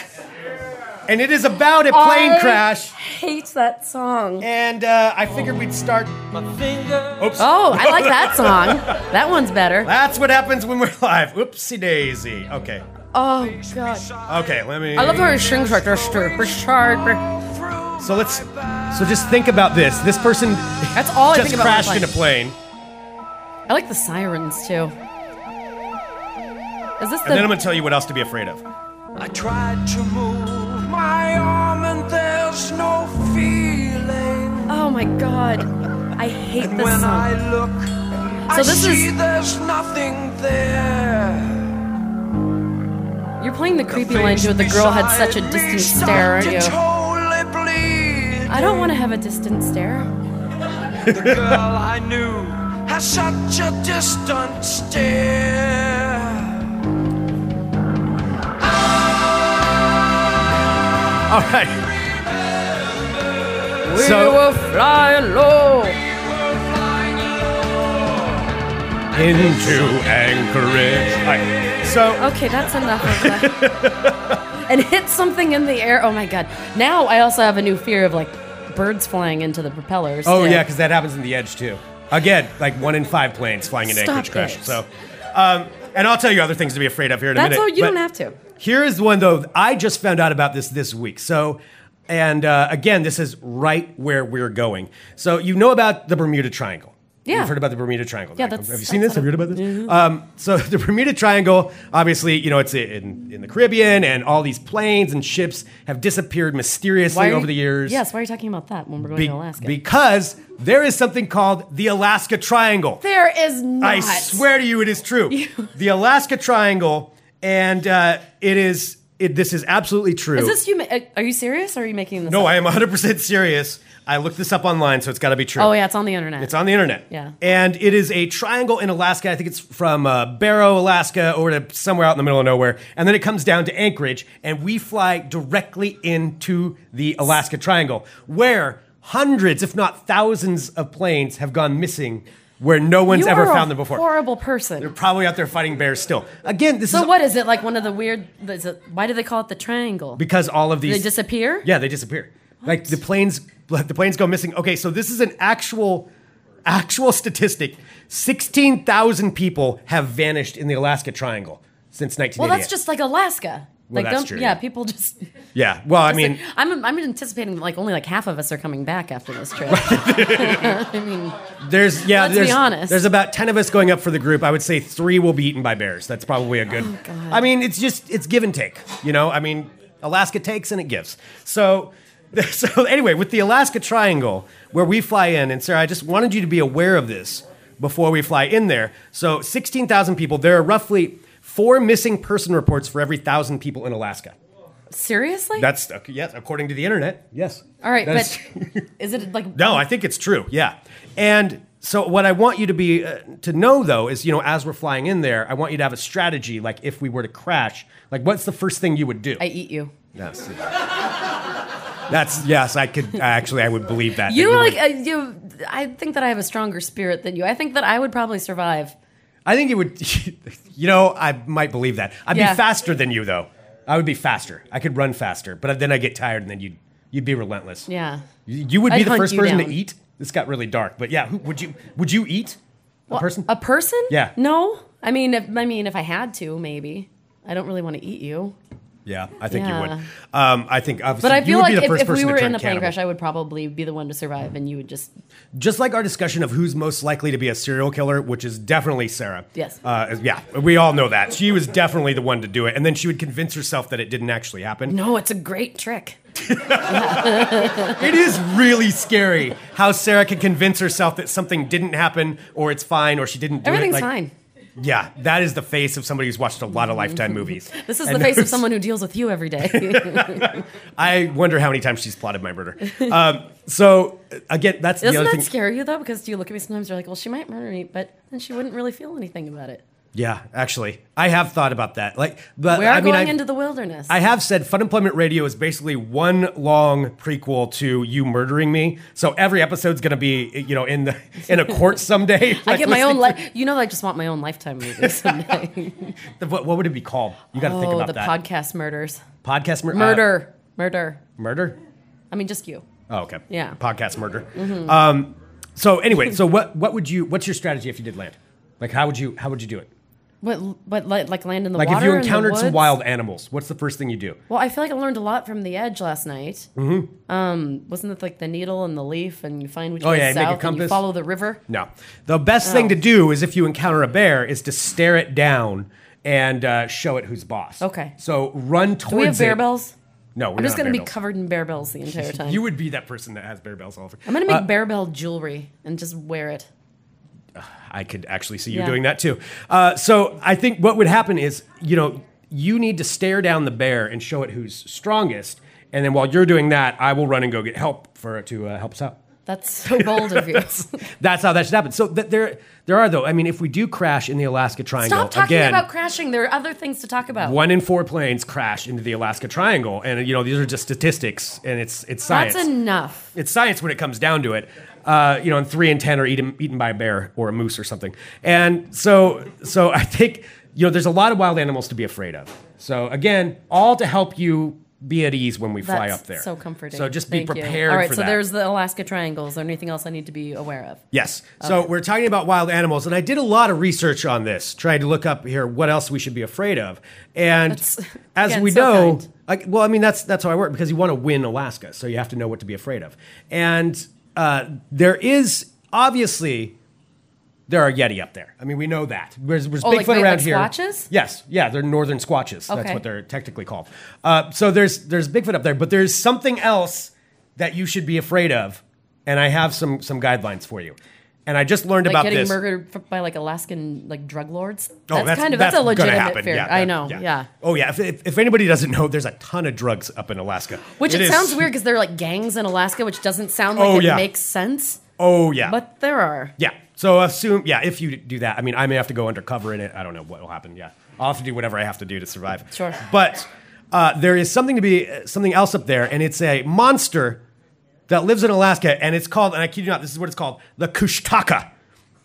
Speaker 1: And it is about a plane
Speaker 2: I
Speaker 1: crash.
Speaker 2: hate that song.
Speaker 1: And uh, I figured we'd start. Oops.
Speaker 2: Oh, I like that song. That one's better.
Speaker 1: That's what happens when we're live. Oopsie daisy. Okay.
Speaker 2: Oh god.
Speaker 1: Okay, let me.
Speaker 2: I love how her strings are just too. Richard.
Speaker 1: So let's. So just think about this. This person
Speaker 2: That's all I
Speaker 1: just
Speaker 2: think about. when I
Speaker 1: crashed
Speaker 2: play.
Speaker 1: in a plane,
Speaker 2: I like the sirens too. Is this
Speaker 1: and then I'm
Speaker 2: the?
Speaker 1: gonna tell you what else to be afraid of.
Speaker 6: I tried to move my arm and there's no feeling.
Speaker 2: Oh my god. I hate
Speaker 6: And
Speaker 2: this
Speaker 6: when I
Speaker 2: song.
Speaker 6: look,
Speaker 2: So
Speaker 6: I
Speaker 2: this
Speaker 6: see
Speaker 2: is-
Speaker 6: there's nothing there.
Speaker 2: You're playing the creepy line too, with the girl had such a distant stare, aren't you? I don't want to have a distant stare.
Speaker 6: The girl I knew has such a distant stare.
Speaker 1: All right.
Speaker 2: We
Speaker 1: So-
Speaker 2: were flying low.
Speaker 1: Into Anchorage. All right. So
Speaker 2: Okay, that's enough of that. and hit something in the air. Oh my god. Now I also have a new fear of like birds flying into the propellers.
Speaker 1: oh
Speaker 2: too.
Speaker 1: yeah, because that happens in the edge too. Again, like one in five planes flying into
Speaker 2: Stop
Speaker 1: Anchorage crash.
Speaker 2: it.
Speaker 1: So, um, and I'll tell you other things to be afraid of here in a
Speaker 2: That's
Speaker 1: minute.
Speaker 2: all you
Speaker 1: but-
Speaker 2: don't have to.
Speaker 1: Here is one though. I just found out about this this week. So, and uh, again, this is right where we're going. So you know about the Bermuda Triangle.
Speaker 2: Yeah.
Speaker 1: You've heard about the Bermuda Triangle.
Speaker 2: Yeah,
Speaker 1: Michael.
Speaker 2: that's- Mm-hmm.
Speaker 1: Have you seen
Speaker 2: that's
Speaker 1: this? Have you
Speaker 2: what
Speaker 1: heard about this? Um, so the Bermuda Triangle, obviously, you know, it's in, in the Caribbean, and all these planes and ships have disappeared mysteriously
Speaker 2: are you-
Speaker 1: over the years.
Speaker 2: Yes, why are you talking about that when we're going
Speaker 1: Be-
Speaker 2: to Alaska?
Speaker 1: because there is something called the Alaska Triangle.
Speaker 2: there is not.
Speaker 1: I swear to you, it is true. the Alaska Triangle, and uh, it is. It, this is absolutely true.
Speaker 2: Is this you? ma- uh, Are you serious? Or are you making this?
Speaker 1: no,
Speaker 2: up?
Speaker 1: I am 100% serious. I looked this up online, so it's got to be true.
Speaker 2: Oh yeah, it's on the internet.
Speaker 1: It's on the internet.
Speaker 2: Yeah.
Speaker 1: And it is a triangle in Alaska. I think it's from uh, Barrow, Alaska, over to somewhere out in the middle of nowhere. And then it comes down to Anchorage, and we fly directly into the Alaska Triangle, where hundreds, if not thousands, of planes have gone missing where no one's
Speaker 2: you
Speaker 1: ever
Speaker 2: are a
Speaker 1: found them before.
Speaker 2: Horrible person.
Speaker 1: Probably out there fighting bears still. Again, this
Speaker 2: So
Speaker 1: is
Speaker 2: what is it like? One of the weird. Is it, why do they call it the triangle?
Speaker 1: because all of these
Speaker 2: they disappear.
Speaker 1: Yeah, they disappear. Like the planes, like the planes go missing. Okay, so this is an actual, actual statistic. Sixteen thousand people have vanished in the Alaska Triangle since nineteen
Speaker 2: Well,
Speaker 1: eighty.
Speaker 2: that's just like Alaska.
Speaker 1: Well,
Speaker 2: like,
Speaker 1: that's
Speaker 2: don't-
Speaker 1: true,
Speaker 2: Yeah,
Speaker 1: yeah.
Speaker 2: people just. just
Speaker 1: yeah. Well, I mean,
Speaker 2: like- I'm I'm anticipating like only like half of us are coming back after this trip. I mean,
Speaker 1: there's yeah,
Speaker 2: let's be
Speaker 1: there's
Speaker 2: honest.
Speaker 1: there's about ten of us going up for the group. I would say three will be eaten by bears. That's probably a good.
Speaker 2: Oh, God.
Speaker 1: I mean, it's just it's give and take. You know, I mean, Alaska takes and it gives. So. So anyway, with the Alaska Triangle, where we fly in, and Sarah, I just wanted you to be aware of this before we fly in there. So 16,000 people. There are roughly four missing person reports for every thousand people in Alaska.
Speaker 2: seriously.
Speaker 1: That's yes, according to the internet. Yes.
Speaker 2: all right,
Speaker 1: That is-
Speaker 2: but is it like
Speaker 1: no, I think it's true. Yeah. And so what I want you to be uh, to know though is, you know, as we're flying in there, I want you to have a strategy like if we were to crash, like what's the first thing you would do?
Speaker 2: I eat you?
Speaker 1: Yes. That's yes, I could actually I would believe that.
Speaker 2: You
Speaker 1: that
Speaker 2: like
Speaker 1: would.
Speaker 2: uh, you. I think that I have a stronger spirit than you. I think that I would probably survive.
Speaker 1: I think you would you know, I might believe that. I'd
Speaker 2: Yeah.
Speaker 1: be faster than you though. I would be faster. I could run faster, but then I get tired and then you would you'd be relentless.
Speaker 2: Yeah.
Speaker 1: You, you would be
Speaker 2: I'd
Speaker 1: the
Speaker 2: hunt
Speaker 1: first
Speaker 2: you
Speaker 1: person
Speaker 2: down.
Speaker 1: to eat. This got really dark, but yeah, who, would you would you eat a person?
Speaker 2: A person?
Speaker 1: Yeah.
Speaker 2: No. I mean, if, I mean, if I had to, maybe. I don't really want to eat you.
Speaker 1: Yeah, I think you would.
Speaker 2: Yeah.
Speaker 1: Um, I think obviously
Speaker 2: But I
Speaker 1: you
Speaker 2: feel
Speaker 1: would
Speaker 2: like
Speaker 1: be the
Speaker 2: if,
Speaker 1: first
Speaker 2: if we
Speaker 1: person
Speaker 2: were
Speaker 1: to turn
Speaker 2: in a plane
Speaker 1: cannibal.
Speaker 2: crash, I would probably be the one to survive, and you would just.
Speaker 1: Just like our discussion of who's most likely to be a serial killer, which is definitely Sarah.
Speaker 2: Yes.
Speaker 1: Uh, yeah, we all know that. She was definitely the one to do it, and then she would convince herself that it didn't actually happen.
Speaker 2: No, it's a great trick.
Speaker 1: It is really scary how Sarah can convince herself that something didn't happen, or it's fine, or she didn't do it.
Speaker 2: Everything's
Speaker 1: Like,
Speaker 2: fine.
Speaker 1: Yeah, that is the face of somebody who's watched a lot of Lifetime movies.
Speaker 2: This is
Speaker 1: And
Speaker 2: the face of
Speaker 1: knows-
Speaker 2: someone who deals with you every day.
Speaker 1: I wonder how many times she's plotted my murder. Um, so again, that's the
Speaker 2: Doesn't
Speaker 1: other
Speaker 2: that
Speaker 1: thing.
Speaker 2: scare you though? Because you look at me sometimes, you're like, well, she might murder me, but then she wouldn't really feel anything about it.
Speaker 1: Yeah, actually, I have thought about that. Like, but
Speaker 2: We are
Speaker 1: I mean,
Speaker 2: going
Speaker 1: I,
Speaker 2: into the wilderness.
Speaker 1: I have said Fun Employment Radio is basically one long prequel to you murdering me. So every episode's going to be, you know, in the in a court someday.
Speaker 2: I
Speaker 1: like
Speaker 2: get my
Speaker 1: listening
Speaker 2: own
Speaker 1: to-
Speaker 2: life. You know, I just want my own lifetime movie someday.
Speaker 1: What, what would it be called? You got to think
Speaker 2: oh,
Speaker 1: about
Speaker 2: the
Speaker 1: that.
Speaker 2: podcast murders.
Speaker 1: podcast mur- uh,
Speaker 2: Murder. murder.
Speaker 1: murder.
Speaker 2: I mean, just you.
Speaker 1: Oh, okay.
Speaker 2: Yeah. Mm-hmm.
Speaker 1: Podcast murder. Um, so anyway, so what what would you? What's your strategy if you did land? Like, how would you? How would you do it?
Speaker 2: What, what, like, like land in the
Speaker 1: Like
Speaker 2: water?
Speaker 1: if you
Speaker 2: in the
Speaker 1: encountered some
Speaker 2: woods?
Speaker 1: wild animals, what's the first thing you do?
Speaker 2: Well, I feel like I learned a lot from The Edge last night. Mm-hmm. Um, wasn't it like the needle and the leaf, and you find which
Speaker 1: Oh,
Speaker 2: way
Speaker 1: yeah,
Speaker 2: is
Speaker 1: you make a
Speaker 2: south, and you
Speaker 1: compass.
Speaker 2: follow the river?
Speaker 1: No. The best
Speaker 2: Oh.
Speaker 1: thing to do is if you encounter a bear is to stare it down and uh, show it who's boss.
Speaker 2: Okay.
Speaker 1: So run towards
Speaker 2: Do we have
Speaker 1: it.
Speaker 2: bear bells?
Speaker 1: No, we're
Speaker 2: I'm just
Speaker 1: going to
Speaker 2: be covered in bear bells the entire time.
Speaker 1: You would be that person that has bear bells all over. Uh,
Speaker 2: I'm gonna make bear bell jewelry and just wear it.
Speaker 1: I could actually see you
Speaker 2: Yeah.
Speaker 1: doing that too. Uh, so I think what would happen is, you know, you need to stare down the bear and show it who's strongest. And then while you're doing that, I will run and go get help for to uh, help us out.
Speaker 2: That's so bold of you.
Speaker 1: That's how that should happen. So th- there, there are though. I mean, if we do crash in the Alaska Triangle
Speaker 2: Stop talking
Speaker 1: again,
Speaker 2: about crashing. There are other things to talk about.
Speaker 1: one in four planes crash into the Alaska Triangle, and you know these are just statistics, and it's it's science.
Speaker 2: That's enough.
Speaker 1: it's science when it comes down to it. Uh, you know, and three in ten are eaten eaten by a bear or a moose or something. And so, so I think you know there's a lot of wild animals to be afraid of. So again, all to help you be at ease when we fly
Speaker 2: That's
Speaker 1: up there.
Speaker 2: So comforting.
Speaker 1: So just be
Speaker 2: Thank you.
Speaker 1: prepared.
Speaker 2: All right.
Speaker 1: for
Speaker 2: so
Speaker 1: that.
Speaker 2: there's the Alaska triangles. Is there anything else I need to be aware of?
Speaker 1: Yes. So we're talking about wild animals, and I did a lot of research on this, trying to look up here what else we should be afraid of. And
Speaker 2: That's-
Speaker 1: as
Speaker 2: again,
Speaker 1: we
Speaker 2: so
Speaker 1: know,
Speaker 2: kind.
Speaker 1: like, well, I mean that's that's how I work because you want to win Alaska, so you have to know what to be afraid of. And uh, there is obviously there are yeti up there. I mean, we know that. There's, there's
Speaker 2: Oh, like
Speaker 1: Bigfoot
Speaker 2: they-
Speaker 1: around
Speaker 2: like
Speaker 1: here.
Speaker 2: squatches?
Speaker 1: Yes, yeah, they're northern squatches. That's
Speaker 2: Okay.
Speaker 1: what they're technically called. Uh, so there's there's Bigfoot up there, but there's something else that you should be afraid of, and I have some some guidelines for you. And I just learned
Speaker 2: Like
Speaker 1: about
Speaker 2: getting
Speaker 1: this.
Speaker 2: murdered f- by like Alaskan like drug lords.
Speaker 1: Oh,
Speaker 2: that's, kind of that's, a
Speaker 1: gonna
Speaker 2: legitimate
Speaker 1: happen.
Speaker 2: fear.
Speaker 1: Yeah,
Speaker 2: I
Speaker 1: that-
Speaker 2: know. Yeah.
Speaker 1: Oh yeah. If, if, if anybody doesn't know, there's a ton of drugs up in Alaska.
Speaker 2: Which it,
Speaker 1: is-
Speaker 2: sounds weird because there are like gangs in Alaska, which doesn't sound like
Speaker 1: Oh,
Speaker 2: it
Speaker 1: yeah.
Speaker 2: makes sense.
Speaker 1: Oh yeah.
Speaker 2: But there are.
Speaker 1: Yeah. So assume, yeah, if you do that, I mean, I may have to go undercover in it. I don't know what will happen. Yeah, I'll have to do whatever I have to do to survive.
Speaker 2: Sure.
Speaker 1: But uh, there is something to be uh, something else up there, and it's a monster that lives in Alaska, and it's called, and I kid you not, this is what it's called, the Kushtaka.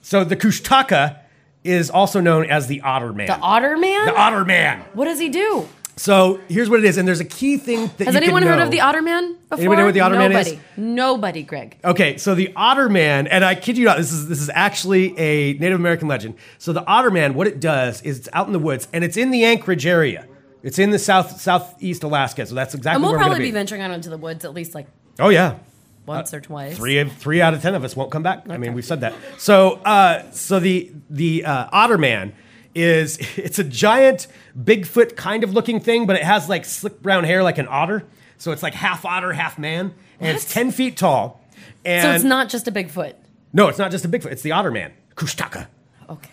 Speaker 1: So the Kushtaka is also known as the Otter Man.
Speaker 2: The Otter Man.
Speaker 1: The Otter Man.
Speaker 2: What does he do?
Speaker 1: So here's what it is, and there's a key thing that
Speaker 2: Has
Speaker 1: you
Speaker 2: anyone
Speaker 1: can
Speaker 2: heard
Speaker 1: know.
Speaker 2: of the Otter Man before?
Speaker 1: know what the Otter Man
Speaker 2: Nobody.
Speaker 1: is?
Speaker 2: Nobody, Greg.
Speaker 1: Okay, so the Otter Man, and I kid you not, this is this is actually a Native American legend. So the Otter Man, what it does is it's out in the woods, and it's in the Anchorage area. It's in the south southeast Alaska, so that's exactly
Speaker 2: And we'll
Speaker 1: where we're
Speaker 2: probably
Speaker 1: gonna
Speaker 2: be.
Speaker 1: be.
Speaker 2: venturing out into the woods at least like
Speaker 1: oh yeah,
Speaker 2: once or twice.
Speaker 1: three of three out of ten of us won't come back. I mean, we've said that. So, uh, so the the uh, Otter Man is it's a giant Bigfoot kind of looking thing, but it has like slick brown hair like an otter. So it's like half otter, half man, and it's ten feet tall. And
Speaker 2: So it's not just a Bigfoot.
Speaker 1: No, it's not just a Bigfoot. It's the Otter Man, Kushtaka.
Speaker 2: Okay.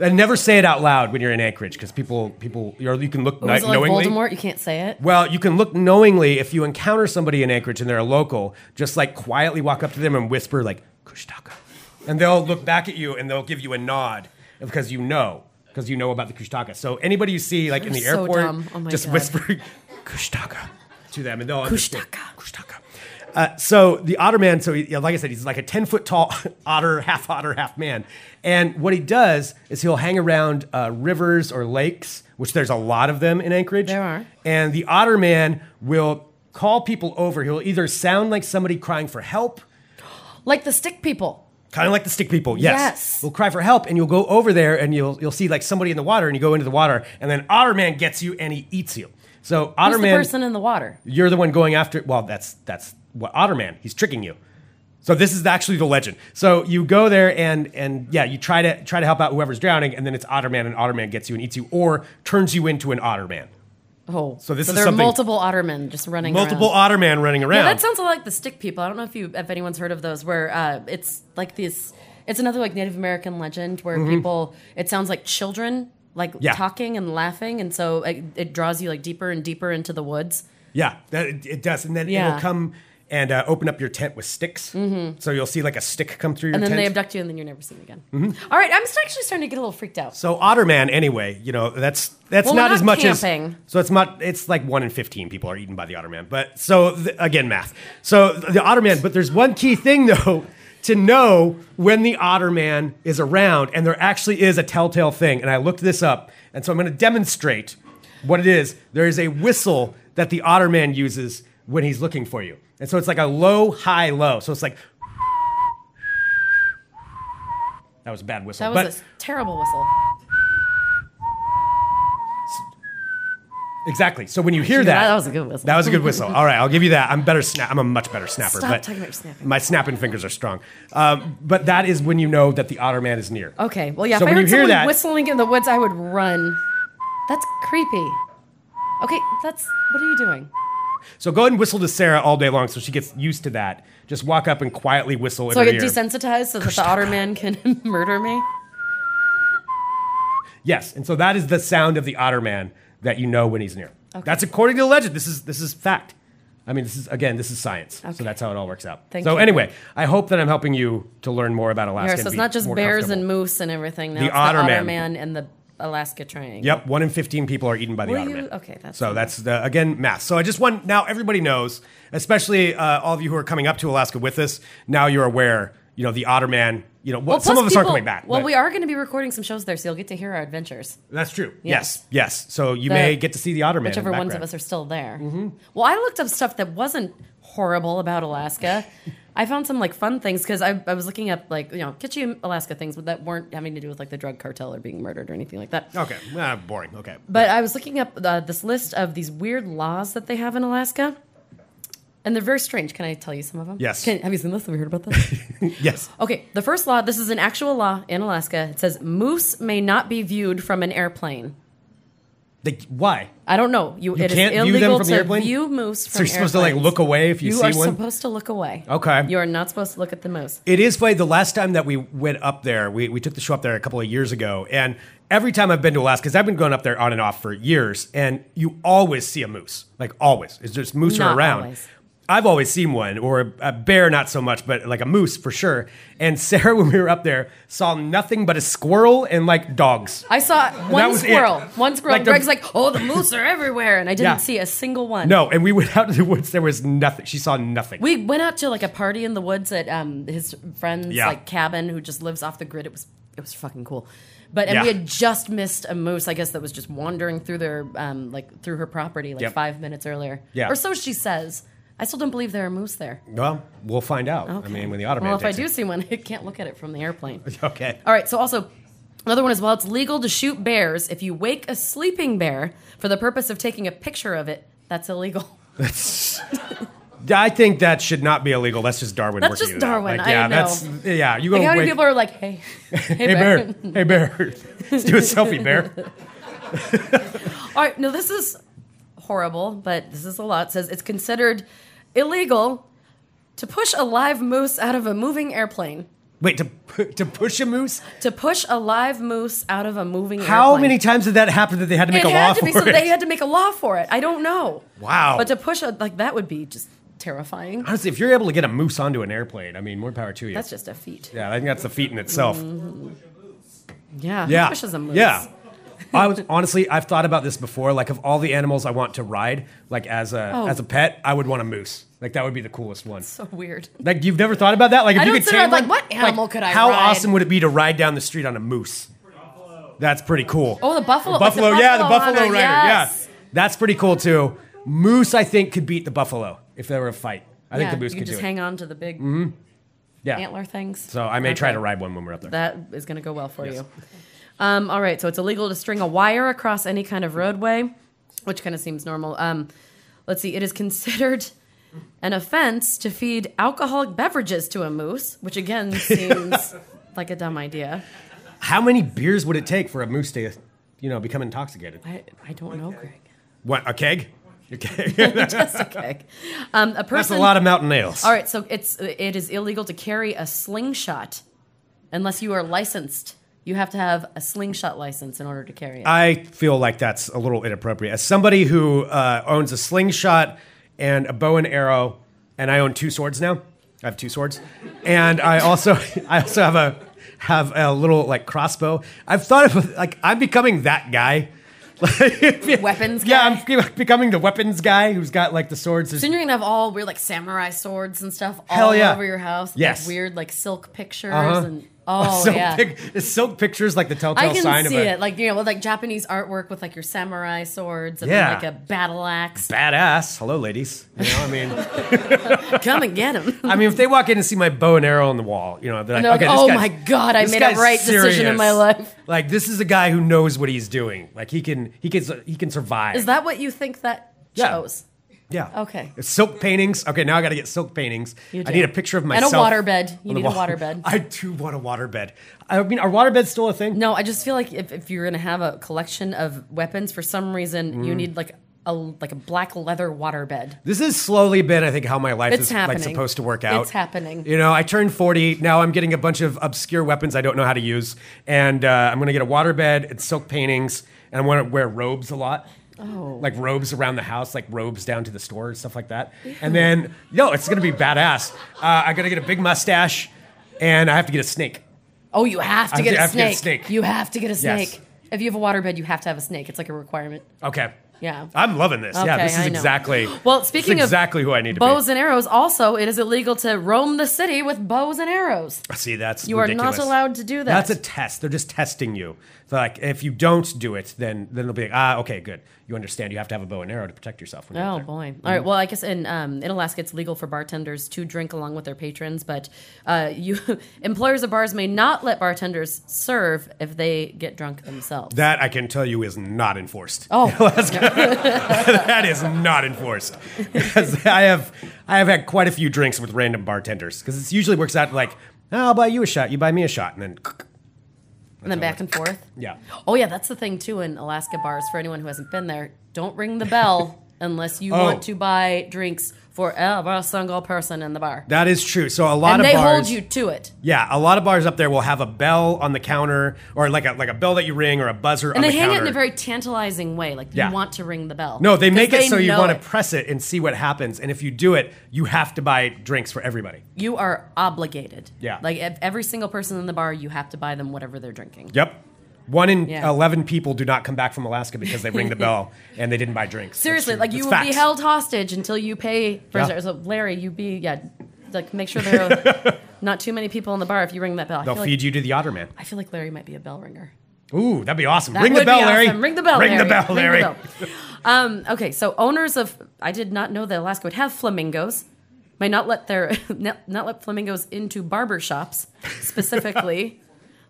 Speaker 1: And never say it out loud when you're in Anchorage because people, people, you're, you can look
Speaker 2: Was
Speaker 1: kni-
Speaker 2: it like
Speaker 1: knowingly.
Speaker 2: Voldemort? You can't say it.
Speaker 1: Well, you can look knowingly if you encounter somebody in Anchorage and they're a local. Just like quietly walk up to them and whisper like Kushtaka, and they'll look back at you and they'll give you a nod because you know because you know about the Kushtaka. So anybody you see like in the
Speaker 2: so
Speaker 1: airport,
Speaker 2: dumb. Oh my
Speaker 1: just
Speaker 2: God.
Speaker 1: whisper Kushtaka to them, and they'll understand. Kushtaka. Uh, so the otter man, so he, yeah, like I said, he's like a ten foot tall otter, half otter, half man. And what he does is he'll hang around uh, rivers or lakes, which there's a lot of them in Anchorage.
Speaker 2: There are.
Speaker 1: And the otter man will call people over. He'll either sound like somebody crying for help,
Speaker 2: Like the stick people.
Speaker 1: kind of like the stick people. Yes.
Speaker 2: Yes.
Speaker 1: We'll cry for help, and you'll go over there, and you'll you'll see like somebody in the water, and you go into the water, and then otter man gets you, and he eats you. So otter
Speaker 2: Who's the
Speaker 1: man,
Speaker 2: person in the water?
Speaker 1: you're the one going after. Well, that's that's what otter man. He's tricking you. So this is actually the legend. So you go there and and yeah, you try to try to help out whoever's drowning, and then it's otter man, and otter man gets you and eats you, or turns you into an otter man.
Speaker 2: Oh,
Speaker 1: So this is
Speaker 2: there are
Speaker 1: something-
Speaker 2: multiple ottermen just running.
Speaker 1: Multiple
Speaker 2: around.
Speaker 1: otter man running around.
Speaker 2: Yeah, that sounds a lot like the stick people. I don't know if you if anyone's heard of those where uh, it's like these. It's another like Native American legend where people. It sounds like children like
Speaker 1: Mm-hmm. Yeah.
Speaker 2: talking and laughing, and so it, it draws you like deeper and deeper into the woods.
Speaker 1: Yeah, that, it, it does, and then
Speaker 2: Yeah.
Speaker 1: it'll come and uh, open up your tent with sticks. Mm-hmm. So you'll see like a stick come through your
Speaker 2: And then
Speaker 1: tent.
Speaker 2: they abduct you, and then you're never seen again.
Speaker 1: Mm-hmm.
Speaker 2: All right, I'm st- actually starting to get a little freaked out.
Speaker 1: so Otterman, anyway, you know that's that's
Speaker 2: Well, we're
Speaker 1: not,
Speaker 2: not
Speaker 1: as much
Speaker 2: camping.
Speaker 1: as so it's not it's like one in fifteen people are eaten by the Otterman. But so th- again, math. So the Otterman, but there's one key thing though to know when the Otterman is around, and there actually is a telltale thing. And I looked this up, and so I'm going to demonstrate what it is. There is a whistle that the Otterman uses when he's looking for you, and so it's like a low, high, low. So it's like. That was a bad whistle. but
Speaker 2: That was a s- terrible whistle.
Speaker 1: Exactly. So when you hear that,
Speaker 2: that was a good whistle.
Speaker 1: That was a good whistle. All right, I'll give you that. I'm better. Sna- I'm a much better snapper.
Speaker 2: Stop
Speaker 1: but
Speaker 2: talking about your snapping.
Speaker 1: My snapping fingers are strong. Um, but that is when you know that the otter man is near.
Speaker 2: Okay. Well, yeah.
Speaker 1: So
Speaker 2: if I
Speaker 1: when
Speaker 2: heard
Speaker 1: you hear
Speaker 2: someone
Speaker 1: that-
Speaker 2: whistling in the woods, I would run. That's creepy. Okay. That's what are you doing?
Speaker 1: So go ahead and whistle to Sarah all day long, so she gets used to that. Just walk up and quietly whistle.
Speaker 2: So I
Speaker 1: in her
Speaker 2: get
Speaker 1: ear.
Speaker 2: desensitized so that the otter man can murder me.
Speaker 1: Yes, and so that is the sound of the otter man that you know when he's near. That's according to the legend. This is this is fact. I mean, this is again, this is science. So
Speaker 2: Okay.
Speaker 1: that's how it all works out.
Speaker 2: Thank
Speaker 1: so
Speaker 2: you.
Speaker 1: anyway, I hope that I'm helping you to learn more about Alaska.
Speaker 2: Yeah,
Speaker 1: and
Speaker 2: so it's
Speaker 1: be
Speaker 2: not just
Speaker 1: more
Speaker 2: bears
Speaker 1: comfortable.
Speaker 2: and moose and everything. Now
Speaker 1: The
Speaker 2: it's
Speaker 1: otter
Speaker 2: the
Speaker 1: man.
Speaker 2: otter man. and the Alaska triangle.
Speaker 1: Yep, one in fifteen people are eaten by the
Speaker 2: Will
Speaker 1: otter
Speaker 2: you-
Speaker 1: man.
Speaker 2: okay, that's
Speaker 1: so
Speaker 2: fine.
Speaker 1: that's the, again math. So I just want now everybody knows, especially uh, all of you who are coming up to Alaska with us. Now you're aware. You know the otter man. You know well,
Speaker 2: Well,
Speaker 1: some
Speaker 2: plus
Speaker 1: of us aren't
Speaker 2: people-
Speaker 1: coming back.
Speaker 2: Well,
Speaker 1: but-
Speaker 2: we are going to be recording some shows there, so you'll get to hear our adventures.
Speaker 1: That's true. Yes, yes.
Speaker 2: Yes.
Speaker 1: So you
Speaker 2: The-
Speaker 1: may get to see the otter man. in the
Speaker 2: whichever ones
Speaker 1: background.
Speaker 2: of
Speaker 1: Mm-hmm.
Speaker 2: us are still there. Well, I looked up stuff that wasn't horrible about Alaska. I found some like fun things because I, I was looking up like you know kitschy Alaska things, but that weren't having to do with like the drug cartel or being murdered or anything like that.
Speaker 1: Okay, ah, boring. Okay.
Speaker 2: But I was looking up uh, this list of these weird laws that they have in Alaska, and they're very strange. Can I tell you some of them?
Speaker 1: Yes.
Speaker 2: Can, have you seen this? Have you heard about this?
Speaker 1: Yes.
Speaker 2: okay. The first law. This is an actual law in Alaska. It says moose may not be viewed from an airplane.
Speaker 1: They, why?
Speaker 2: I don't know. You, it is
Speaker 1: can't view them
Speaker 2: illegal
Speaker 1: from the
Speaker 2: to
Speaker 1: airplane?
Speaker 2: view moose from
Speaker 1: So you're supposed to, like,
Speaker 2: airplanes.
Speaker 1: look away if you see
Speaker 2: are
Speaker 1: one?
Speaker 2: supposed to look away.
Speaker 1: Okay.
Speaker 2: You are not supposed to look at the moose.
Speaker 1: It is funny. The last time that we went up there, we, we took the show up there a couple of years ago. And every time I've been to Alaska, because I've been going up there on and off for years, and you always see a moose. Like, always. It's just moose are
Speaker 2: Not
Speaker 1: around.
Speaker 2: always.
Speaker 1: I've always seen one, or a, a bear, not so much, but like a moose for sure. And Sarah, when we were up there, saw nothing but a squirrel and like dogs.
Speaker 2: I saw one
Speaker 1: was it.
Speaker 2: squirrel. One squirrel.
Speaker 1: Like
Speaker 2: and
Speaker 1: the-
Speaker 2: Greg's like, oh, the moose are everywhere. And I didn't
Speaker 1: Yeah.
Speaker 2: see a single one.
Speaker 1: No, and we went out to the woods. There was nothing. She saw nothing.
Speaker 2: We went out to like a party in the woods at um, his friend's
Speaker 1: Yeah.
Speaker 2: like cabin who just lives off the grid. It was it was fucking cool. But and we
Speaker 1: Yeah.
Speaker 2: had just missed a moose, I guess, that was just wandering through their um, like through her property like
Speaker 1: Yep.
Speaker 2: five minutes earlier.
Speaker 1: Yeah.
Speaker 2: Or so she says. I still don't believe there are moose there.
Speaker 1: well, we'll find out. I mean, when the otter man
Speaker 2: Well, if I
Speaker 1: takes
Speaker 2: do
Speaker 1: it.
Speaker 2: see one, I can't look at it from the airplane.
Speaker 1: Okay.
Speaker 2: All right. So also, another one is well, it's legal to shoot bears if you wake a sleeping bear for the purpose of taking a picture of it. That's illegal.
Speaker 1: I think that should not be illegal. That's just Darwin.
Speaker 2: That's
Speaker 1: working
Speaker 2: just
Speaker 1: it out.
Speaker 2: Darwin.
Speaker 1: Like,
Speaker 2: I
Speaker 1: yeah,
Speaker 2: know.
Speaker 1: that's yeah. You go.
Speaker 2: Like how many
Speaker 1: wait-
Speaker 2: people are like, hey,
Speaker 1: hey
Speaker 2: hey,
Speaker 1: bear, hey bear, let's do a selfie, bear.
Speaker 2: All right. No, this is horrible, but this is a lot. It says it's considered illegal to push a live moose out of a moving airplane.
Speaker 1: Wait to pu- to push a moose.
Speaker 2: To push a live moose out of a moving airplane.
Speaker 1: How many times did that happen that they had to make
Speaker 2: it
Speaker 1: a
Speaker 2: had
Speaker 1: law
Speaker 2: to be,
Speaker 1: for
Speaker 2: so
Speaker 1: it?
Speaker 2: they had to make a law for it. I don't know.
Speaker 1: Wow.
Speaker 2: But to push a like that would be just terrifying.
Speaker 1: Honestly, if you're able to get a moose onto an airplane, I mean, more power to you.
Speaker 2: That's just a feat.
Speaker 1: yeah, I think that's the feat in itself.
Speaker 2: Yeah.
Speaker 1: Yeah.
Speaker 2: Who pushes a moose?
Speaker 1: Yeah. I was honestly, I've thought about this before. Like, of all the animals I want to ride, like as a
Speaker 2: Oh.
Speaker 1: as a pet, I would want a moose. Like that would be the coolest one.
Speaker 2: So weird.
Speaker 1: Like you've never thought about that? Like if
Speaker 2: I
Speaker 1: you
Speaker 2: don't
Speaker 1: could
Speaker 2: sit around,
Speaker 1: tame one,
Speaker 2: like, what animal could I
Speaker 1: How
Speaker 2: ride?
Speaker 1: awesome would it be to ride down the street on a moose? That's pretty cool.
Speaker 2: Oh, the buffalo. like
Speaker 1: buffalo, yeah, the buffalo
Speaker 2: hunter,
Speaker 1: rider,
Speaker 2: yes.
Speaker 1: yeah, that's pretty cool too. Moose, I think, could beat the buffalo if there were a fight. I think
Speaker 2: Yeah,
Speaker 1: the moose
Speaker 2: you
Speaker 1: could
Speaker 2: just
Speaker 1: do
Speaker 2: hang on to the big
Speaker 1: it. Yeah.
Speaker 2: antler things.
Speaker 1: So I may try
Speaker 2: Okay.
Speaker 1: to ride one when we're up there.
Speaker 2: That is going to go well for you. Um, all right, so it's illegal to string a wire across any kind of roadway, which kind of seems normal. Um, let's see, it is considered an offense to feed alcoholic beverages to a moose, which again seems like a dumb idea.
Speaker 1: How many beers would it take for a moose to, you know, become intoxicated?
Speaker 2: I, I don't know, Greg.
Speaker 1: What a keg. A keg.
Speaker 2: Just a keg. Um, a person.
Speaker 1: that's a lot of mountain nails.
Speaker 2: All right, so it's it is illegal to carry a slingshot unless you are licensed. You have to have a slingshot license in order to carry it.
Speaker 1: I feel like that's a little inappropriate. As somebody who uh, owns a slingshot and a bow and arrow, and I own two swords now. I have two swords, and I also I also have a have a little like crossbow. I've thought of like I'm becoming that guy.
Speaker 2: Weapons
Speaker 1: Yeah,
Speaker 2: guy?
Speaker 1: I'm be- becoming the weapons guy who's got like the swords.
Speaker 2: Soon you're gonna have all weird like samurai swords and stuff
Speaker 1: Hell
Speaker 2: all
Speaker 1: yeah.
Speaker 2: over your house.
Speaker 1: Yes.
Speaker 2: Like, weird like silk pictures
Speaker 1: Uh-huh.
Speaker 2: and Oh,
Speaker 1: silk
Speaker 2: yeah.
Speaker 1: pic- is silk pictures like the telltale
Speaker 2: I can
Speaker 1: sign
Speaker 2: see
Speaker 1: of a
Speaker 2: it, like you know, with like Japanese artwork with like your samurai swords and
Speaker 1: Yeah.
Speaker 2: like a battle axe.
Speaker 1: badass. Hello, ladies. You know, I mean,
Speaker 2: Come and get him.
Speaker 1: I mean, if they walk in and see my bow and arrow on the wall, you know, they're like,
Speaker 2: And they're
Speaker 1: okay,
Speaker 2: like,
Speaker 1: this
Speaker 2: "Oh
Speaker 1: guy's-
Speaker 2: my God, I
Speaker 1: this
Speaker 2: made a
Speaker 1: guy's
Speaker 2: right decision in my
Speaker 1: serious."
Speaker 2: life.
Speaker 1: Like, this is a guy who knows what he's doing. Like, he can, he can, he can survive.
Speaker 2: Is that what you think that
Speaker 1: Yeah.
Speaker 2: shows?
Speaker 1: yeah?
Speaker 2: Okay.
Speaker 1: Silk paintings. Okay, now I got to get silk paintings.
Speaker 2: You
Speaker 1: I
Speaker 2: do.
Speaker 1: need a picture of
Speaker 2: And a
Speaker 1: myself
Speaker 2: waterbed. You
Speaker 1: on the
Speaker 2: need a
Speaker 1: wall.
Speaker 2: waterbed.
Speaker 1: I do want a waterbed. I mean, are waterbeds still a thing?
Speaker 2: No, I just feel like if, if you're gonna have a collection of weapons, for some reason
Speaker 1: Mm.
Speaker 2: you need like a like a black leather waterbed.
Speaker 1: This has slowly been, I think, how my life
Speaker 2: It's
Speaker 1: is
Speaker 2: happening.
Speaker 1: like supposed to work out.
Speaker 2: It's happening.
Speaker 1: You know, I turned 40. Now I'm getting a bunch of obscure weapons I don't know how to use. And uh, I'm going to get a waterbed and silk paintings. And I'm going to wear robes a lot. Oh. Like robes around the house, like robes down to the store and stuff like that. And then, yo, it's going to be badass. Uh, I got to get a big mustache and I have to get a snake.
Speaker 2: Oh, you have
Speaker 1: I
Speaker 2: to, get,
Speaker 1: have
Speaker 2: a
Speaker 1: to get a
Speaker 2: snake.
Speaker 1: snake.
Speaker 2: You have to get a snake.
Speaker 1: Yes.
Speaker 2: If you have a waterbed, you have to have a snake. It's like a requirement.
Speaker 1: Okay.
Speaker 2: Yeah.
Speaker 1: I'm loving this. yeah,
Speaker 2: Okay,
Speaker 1: this is
Speaker 2: I know.
Speaker 1: exactly.
Speaker 2: Well,
Speaker 1: this is
Speaker 2: speaking of
Speaker 1: exactly who I need to
Speaker 2: bows and arrows, also it is illegal to roam the city with bows and arrows.
Speaker 1: be. See, that's
Speaker 2: You are
Speaker 1: ridiculous.
Speaker 2: not allowed to do that.
Speaker 1: That's a test. They're just testing you. So like, if you don't do it, then then they'll be like, ah, okay, good. You understand. You have to have a bow and arrow to protect yourself. When you're out
Speaker 2: Oh
Speaker 1: there.
Speaker 2: boy! All right. Well, I guess in um, in Alaska, it's legal for bartenders to drink along with their patrons, but uh, you employers of bars may not let bartenders serve if they get drunk themselves.
Speaker 1: That I can tell you is not enforced.
Speaker 2: oh,
Speaker 1: that is not enforced. Because I have I have had quite a few drinks with random bartenders because it usually works out like, "Ah, I'll buy you a shot, you buy me a shot, and then
Speaker 2: and then back and forth.
Speaker 1: yeah.
Speaker 2: Oh yeah, that's the thing too in Alaska bars. For anyone who hasn't been there, don't ring the bell unless you
Speaker 1: Oh.
Speaker 2: want to buy drinks for every single person in the bar,
Speaker 1: That is true. So a lot
Speaker 2: and
Speaker 1: of
Speaker 2: they
Speaker 1: bars,
Speaker 2: hold you to it.
Speaker 1: yeah, a lot of bars up there will have a bell on the counter, or like a like a bell that you ring, or a buzzer.
Speaker 2: And
Speaker 1: on
Speaker 2: they
Speaker 1: the
Speaker 2: hang
Speaker 1: counter.
Speaker 2: it in a very tantalizing way, like
Speaker 1: Yeah.
Speaker 2: you want to ring the bell.
Speaker 1: No, they
Speaker 2: 'Cause
Speaker 1: make it so you
Speaker 2: know
Speaker 1: want to
Speaker 2: it.
Speaker 1: press it and see what happens. And if you do it, you have to buy drinks for everybody.
Speaker 2: you are obligated.
Speaker 1: Yeah.
Speaker 2: Like if every single person in the bar, you have to buy them whatever they're drinking.
Speaker 1: Yep. One in
Speaker 2: Yeah.
Speaker 1: 11 people do not come back from Alaska because they ring the bell and they didn't buy drinks.
Speaker 2: Seriously,
Speaker 1: That's true.
Speaker 2: like you
Speaker 1: It's
Speaker 2: will be
Speaker 1: facts.
Speaker 2: held hostage until you pay for
Speaker 1: Yeah.
Speaker 2: so Larry, you be yeah, like make sure there are not too many people in the bar if you ring that bell. I
Speaker 1: They'll
Speaker 2: feel like,
Speaker 1: feed you to the otter man.
Speaker 2: I feel like Larry might be a bell ringer.
Speaker 1: Ooh, that'd be awesome.
Speaker 2: That
Speaker 1: ring the
Speaker 2: would be
Speaker 1: bell, Larry.
Speaker 2: awesome. Ring the bell,
Speaker 1: Ring
Speaker 2: Larry.
Speaker 1: the bell, Larry.
Speaker 2: Ring the bell. um, okay, so owners of I did not know that Alaska would have flamingos. May not let their not, not let flamingos into barber shops specifically.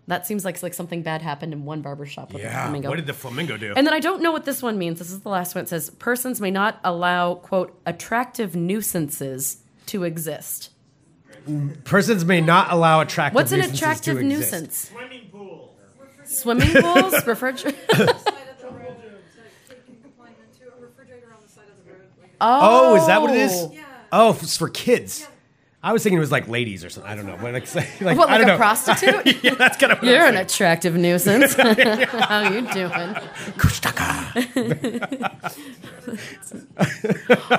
Speaker 2: that seems like like something bad happened in one barber shop with a
Speaker 1: Yeah.
Speaker 2: flamingo.
Speaker 1: What did the flamingo do?
Speaker 2: And then I don't know what this one means. This is the last one. It says persons may not allow, quote, attractive nuisances to exist.
Speaker 1: Persons may not allow attractive
Speaker 2: What's an
Speaker 1: nuisances to
Speaker 2: attractive
Speaker 1: exist.
Speaker 2: nuisance? Swimming pools. Swimming pools? Refrigerator?
Speaker 1: Oh, is that what it is?
Speaker 2: Oh.
Speaker 1: Oh, it's for kids. I was thinking it was like ladies or something. I don't know. But Like, like,
Speaker 2: What,
Speaker 1: I don't
Speaker 2: like a
Speaker 1: know.
Speaker 2: prostitute?
Speaker 1: yeah, that's kind of what I
Speaker 2: You're
Speaker 1: was
Speaker 2: an attractive nuisance. How you doing?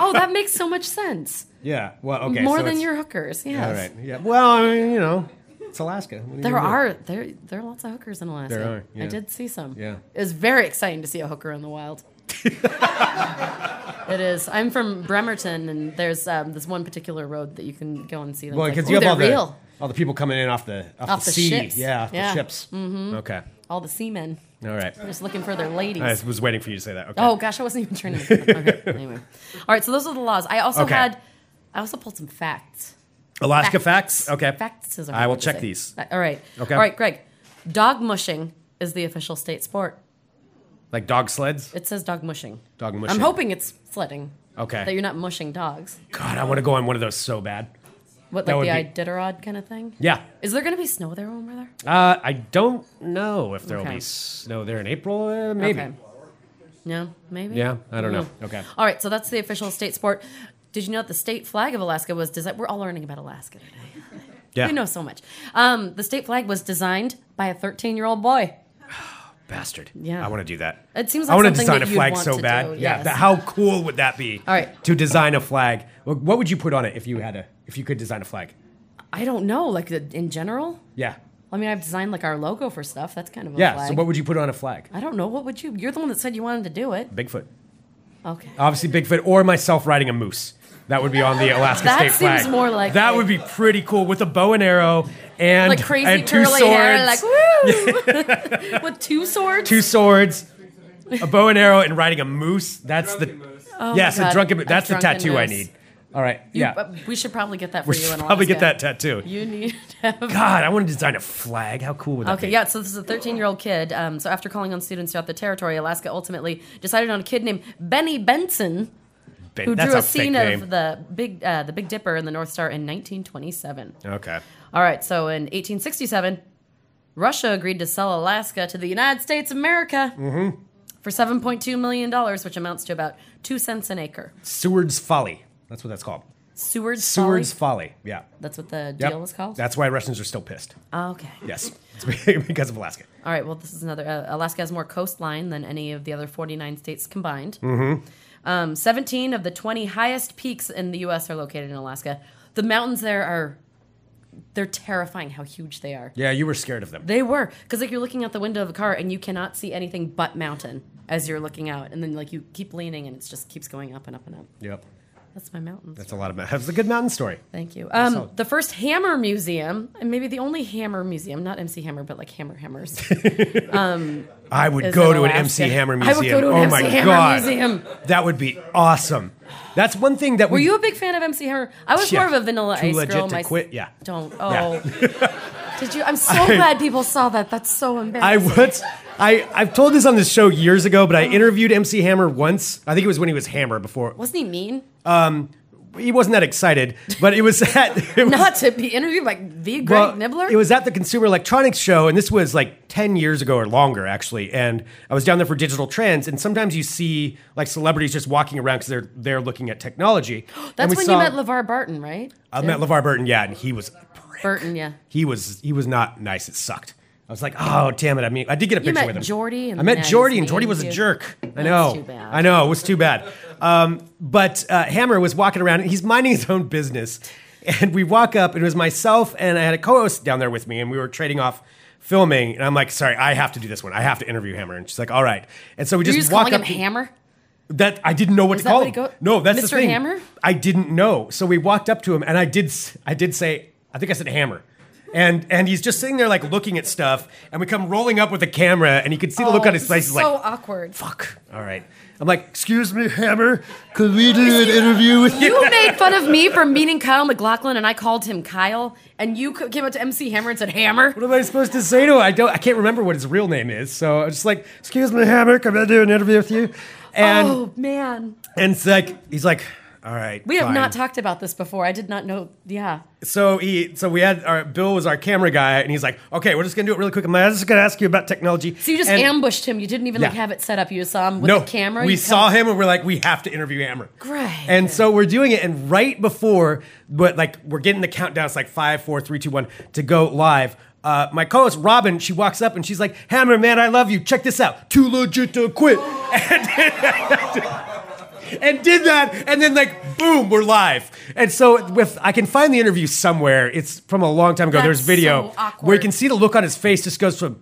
Speaker 2: oh, that makes so much sense.
Speaker 1: Yeah. Well, okay.
Speaker 2: More
Speaker 1: so
Speaker 2: than
Speaker 1: it's-
Speaker 2: your hookers. Yes.
Speaker 1: All right. Yeah. Well, I mean, you know, it's Alaska. What
Speaker 2: There
Speaker 1: you gonna
Speaker 2: are there there are lots of hookers in Alaska.
Speaker 1: There are, yeah.
Speaker 2: I did see some.
Speaker 1: Yeah.
Speaker 2: It was very exciting to see a hooker in the wild. it is. I'm from Bremerton, and there's um, this one particular road that you can go and see them.
Speaker 1: do? Well,
Speaker 2: It's
Speaker 1: because
Speaker 2: like,
Speaker 1: you
Speaker 2: "Ooh,
Speaker 1: have all
Speaker 2: they're
Speaker 1: the
Speaker 2: real.
Speaker 1: all the people coming in off the off,
Speaker 2: Off
Speaker 1: the,
Speaker 2: the
Speaker 1: sea.
Speaker 2: ships.
Speaker 1: Yeah, off the
Speaker 2: Yeah.
Speaker 1: ships. Mm-hmm. Okay.
Speaker 2: all the seamen,
Speaker 1: All right.
Speaker 2: just looking for their ladies.
Speaker 1: I was waiting for you to say that. Okay.
Speaker 2: Oh gosh, I wasn't even trying to. Make okay, anyway, all right. So those are the laws. I also
Speaker 1: Okay.
Speaker 2: had, I also pulled some facts.
Speaker 1: Alaska facts. Okay.
Speaker 2: Facts is a hard
Speaker 1: I will
Speaker 2: word to
Speaker 1: check
Speaker 2: say.
Speaker 1: these.
Speaker 2: All right.
Speaker 1: Okay.
Speaker 2: All right, Greg. Dog mushing is the official state sport.
Speaker 1: Like dog sleds.
Speaker 2: It says dog mushing.
Speaker 1: Dog mushing.
Speaker 2: I'm hoping it's sledding.
Speaker 1: Okay.
Speaker 2: That you're not mushing dogs.
Speaker 1: God, I want to go on one of those so bad.
Speaker 2: What,
Speaker 1: That
Speaker 2: like the
Speaker 1: would
Speaker 2: Iditarod kind of thing?
Speaker 1: Yeah.
Speaker 2: Is there going to be snow there when we're there?
Speaker 1: Uh, I don't know if there will
Speaker 2: Okay.
Speaker 1: be snow there in April. Uh, maybe.
Speaker 2: Okay. No, maybe? Hmm.
Speaker 1: Yeah, I don't know. Okay.
Speaker 2: All right, so that's the official state sport. Did you know that the state flag of Alaska was designed? We're all learning about Alaska today.
Speaker 1: Yeah.
Speaker 2: We know so much. Um, the state flag was designed by a 13 year old boy.
Speaker 1: Bastard.
Speaker 2: Yeah.
Speaker 1: I want to do that.
Speaker 2: It seems like
Speaker 1: I want to design
Speaker 2: something that
Speaker 1: a
Speaker 2: you'd
Speaker 1: flag
Speaker 2: want
Speaker 1: so
Speaker 2: to
Speaker 1: bad.
Speaker 2: do,
Speaker 1: Yeah.
Speaker 2: yes.
Speaker 1: that- how cool would that be?
Speaker 2: All right.
Speaker 1: To design a flag. Wh- What would you put on it if you had a if you could design a flag?
Speaker 2: I don't know, like the- in general.
Speaker 1: Yeah.
Speaker 2: I mean, I've designed like our logo for stuff. That's kind of a
Speaker 1: Yeah.
Speaker 2: flag.
Speaker 1: So what would you put on a flag?
Speaker 2: I don't know. What would you? You're the one that said you wanted to do it.
Speaker 1: Bigfoot.
Speaker 2: Okay.
Speaker 1: Obviously Bigfoot or myself riding a moose. That would be on the Alaska
Speaker 2: That
Speaker 1: state flag.
Speaker 2: seems more likely.
Speaker 1: That would be pretty cool with a bow and arrow and
Speaker 2: Like crazy
Speaker 1: and two
Speaker 2: curly
Speaker 1: swords.
Speaker 2: hair, like woo, with two swords.
Speaker 1: two swords, a bow and arrow, and riding a moose. That's the
Speaker 2: Oh my
Speaker 1: yes, a
Speaker 2: God,
Speaker 1: drunken.
Speaker 2: a
Speaker 1: moose. That's the
Speaker 2: drunken
Speaker 1: tattoo I
Speaker 2: moose.
Speaker 1: need. All right,
Speaker 2: You-
Speaker 1: yeah,
Speaker 2: uh, we should probably get that for
Speaker 1: we
Speaker 2: you.
Speaker 1: should
Speaker 2: in
Speaker 1: probably get that
Speaker 2: Alaska.
Speaker 1: tattoo.
Speaker 2: You need to have.
Speaker 1: God, I want to design a flag. How cool would that
Speaker 2: Okay,
Speaker 1: be?
Speaker 2: yeah, so this is a 13 year old kid. Um, so, after calling on students throughout the territory, Alaska ultimately decided on a kid named Benny Benson,
Speaker 1: Ben-
Speaker 2: who
Speaker 1: that's
Speaker 2: drew a,
Speaker 1: fake
Speaker 2: scene
Speaker 1: name.
Speaker 2: of the Big, uh, the Big Dipper and the North Star in 1927.
Speaker 1: Okay,
Speaker 2: All right, so in 1867, Russia agreed to sell Alaska to the United States of America
Speaker 1: Mm-hmm.
Speaker 2: for $7.2 million, which amounts to about two cents an acre.
Speaker 1: Seward's Folly. That's what that's called.
Speaker 2: Seward's,
Speaker 1: Seward's
Speaker 2: Folly?
Speaker 1: Folly. Yeah.
Speaker 2: That's what the
Speaker 1: Yep.
Speaker 2: deal was called?
Speaker 1: That's why Russians are still pissed.
Speaker 2: Oh, okay.
Speaker 1: Yes, it's because of Alaska.
Speaker 2: All right. Well, this is another. Uh, Alaska has more coastline than any of the other 49 states combined. Um, 17 of the 20 highest peaks in the U.S. are located in Alaska. The mountains there are. They're terrifying how huge they are.
Speaker 1: Yeah, you were scared of them.
Speaker 2: They were. Because, like, you're looking out the window of a car and you cannot see anything but mountain as you're looking out. And then, like, you keep leaning and it just keeps going up and up and up.
Speaker 1: Yep,
Speaker 2: That's my mountains.
Speaker 1: that's a lot of. ma- That's a good mountain story.
Speaker 2: Thank you. Um,
Speaker 1: solid.
Speaker 2: the first Hammer Museum, and maybe the only Hammer Museum, not MC Hammer, but like Hammer Hammers.
Speaker 1: I would
Speaker 2: is
Speaker 1: go
Speaker 2: in
Speaker 1: to an
Speaker 2: Alaska.
Speaker 1: MC Hammer
Speaker 2: I
Speaker 1: museum.
Speaker 2: would go to an
Speaker 1: oh
Speaker 2: MC
Speaker 1: my
Speaker 2: Hammer
Speaker 1: god,
Speaker 2: museum.
Speaker 1: that would be awesome. That's one thing that
Speaker 2: Were
Speaker 1: we,
Speaker 2: you a big fan of MC Hammer? I was
Speaker 1: Yeah.
Speaker 2: more of a Vanilla
Speaker 1: Too
Speaker 2: Ice
Speaker 1: legit
Speaker 2: girl.
Speaker 1: to quit? Yeah.
Speaker 2: Don't.
Speaker 1: Yeah.
Speaker 2: Oh. Did you? I'm so glad people saw that. That's so
Speaker 1: I
Speaker 2: embarrassing.
Speaker 1: would. I I've told this on this show years ago, but I interviewed MC Hammer once. I think it was when he was Hammer before.
Speaker 2: Wasn't he mean?
Speaker 1: He wasn't that excited, but it was at it was,
Speaker 2: Not to be interviewed by the Greg
Speaker 1: well,
Speaker 2: Nibbler.
Speaker 1: It was at the Consumer Electronics Show, and this was like ten years ago or longer actually. And I was down there for digital trends, and sometimes you see like celebrities just walking around because they're they're looking at technology. And
Speaker 2: That's
Speaker 1: we
Speaker 2: when
Speaker 1: saw-
Speaker 2: you met LeVar Barton, right?
Speaker 1: I met LeVar Burton, yeah, and he was a prick.
Speaker 2: Burton, yeah.
Speaker 1: He was he was not nice. It sucked. I was like, oh damn it. I mean, I did get a
Speaker 2: You
Speaker 1: picture
Speaker 2: met
Speaker 1: with him.
Speaker 2: Jordy and
Speaker 1: I met
Speaker 2: then
Speaker 1: Jordy,
Speaker 2: he's
Speaker 1: and Jordy
Speaker 2: mean
Speaker 1: was
Speaker 2: to
Speaker 1: a
Speaker 2: you.
Speaker 1: jerk. I
Speaker 2: That's
Speaker 1: know.
Speaker 2: too bad.
Speaker 1: I know it was too bad. Um, but uh, Hammer was walking around. and He's minding his own business, and we walk up. And it was myself and I had a co-host down there with me, and we were trading off. Filming and I'm like, sorry, I have to do this one. I have to interview Hammer, and she's like, all right. And so we
Speaker 2: You're
Speaker 1: just,
Speaker 2: just
Speaker 1: walk
Speaker 2: calling
Speaker 1: up.
Speaker 2: him Hammer.
Speaker 1: That I didn't know what
Speaker 2: Is
Speaker 1: to
Speaker 2: that
Speaker 1: call
Speaker 2: what
Speaker 1: him.
Speaker 2: he go-
Speaker 1: no, that's the
Speaker 2: Mr.
Speaker 1: thing.
Speaker 2: Hammer?
Speaker 1: I didn't know. So we walked up to him, and I did. s- I did say. I think I said hammer. And and he's just sitting there like looking at stuff, and we come rolling up with a camera, and you can see the look
Speaker 2: Oh,
Speaker 1: on his
Speaker 2: this
Speaker 1: face.
Speaker 2: is
Speaker 1: He's
Speaker 2: so
Speaker 1: like,
Speaker 2: awkward.
Speaker 1: "Fuck." All right. I'm like, "Excuse me, hammer. Could we do an interview with you?"
Speaker 2: You made fun of me for meeting Kyle McLaughlin, and I called him Kyle, and you came up to MC Hammer and said Hammer.
Speaker 1: What am I supposed to say to him? I don't. I can't remember what his real name is. So I'm just like, "Excuse me, hammer. Could I do an interview with you?" And
Speaker 2: oh man,
Speaker 1: and it's like he's like, "All right."
Speaker 2: we have
Speaker 1: fine."
Speaker 2: not talked about this before. I did not know. Yeah.
Speaker 1: So he, so we had our Bill was our camera guy, and he's like, "Okay, we're just gonna do it really quick. I'm like, I'm just gonna ask you about technology."
Speaker 2: So you just
Speaker 1: and
Speaker 2: ambushed him. You didn't even like
Speaker 1: Yeah.
Speaker 2: have it set up. You just saw him with
Speaker 1: no
Speaker 2: the camera.
Speaker 1: We
Speaker 2: You
Speaker 1: saw
Speaker 2: come-
Speaker 1: him, and we're like, "We have to interview Hammer."
Speaker 2: Great.
Speaker 1: And so we're doing it, and right before, but like we're getting the countdown. It's like five, four, three, two, one to go live. Uh, my co-host Robin, she walks up and she's like, "Hammer, man, I love you. Check this out. Too legit to quit." and did that, and then like boom, we're live. And so with I can find the interview somewhere. It's from a long time ago.
Speaker 2: That's
Speaker 1: There's video
Speaker 2: so awkward.
Speaker 1: where you can see the look on his face just goes from,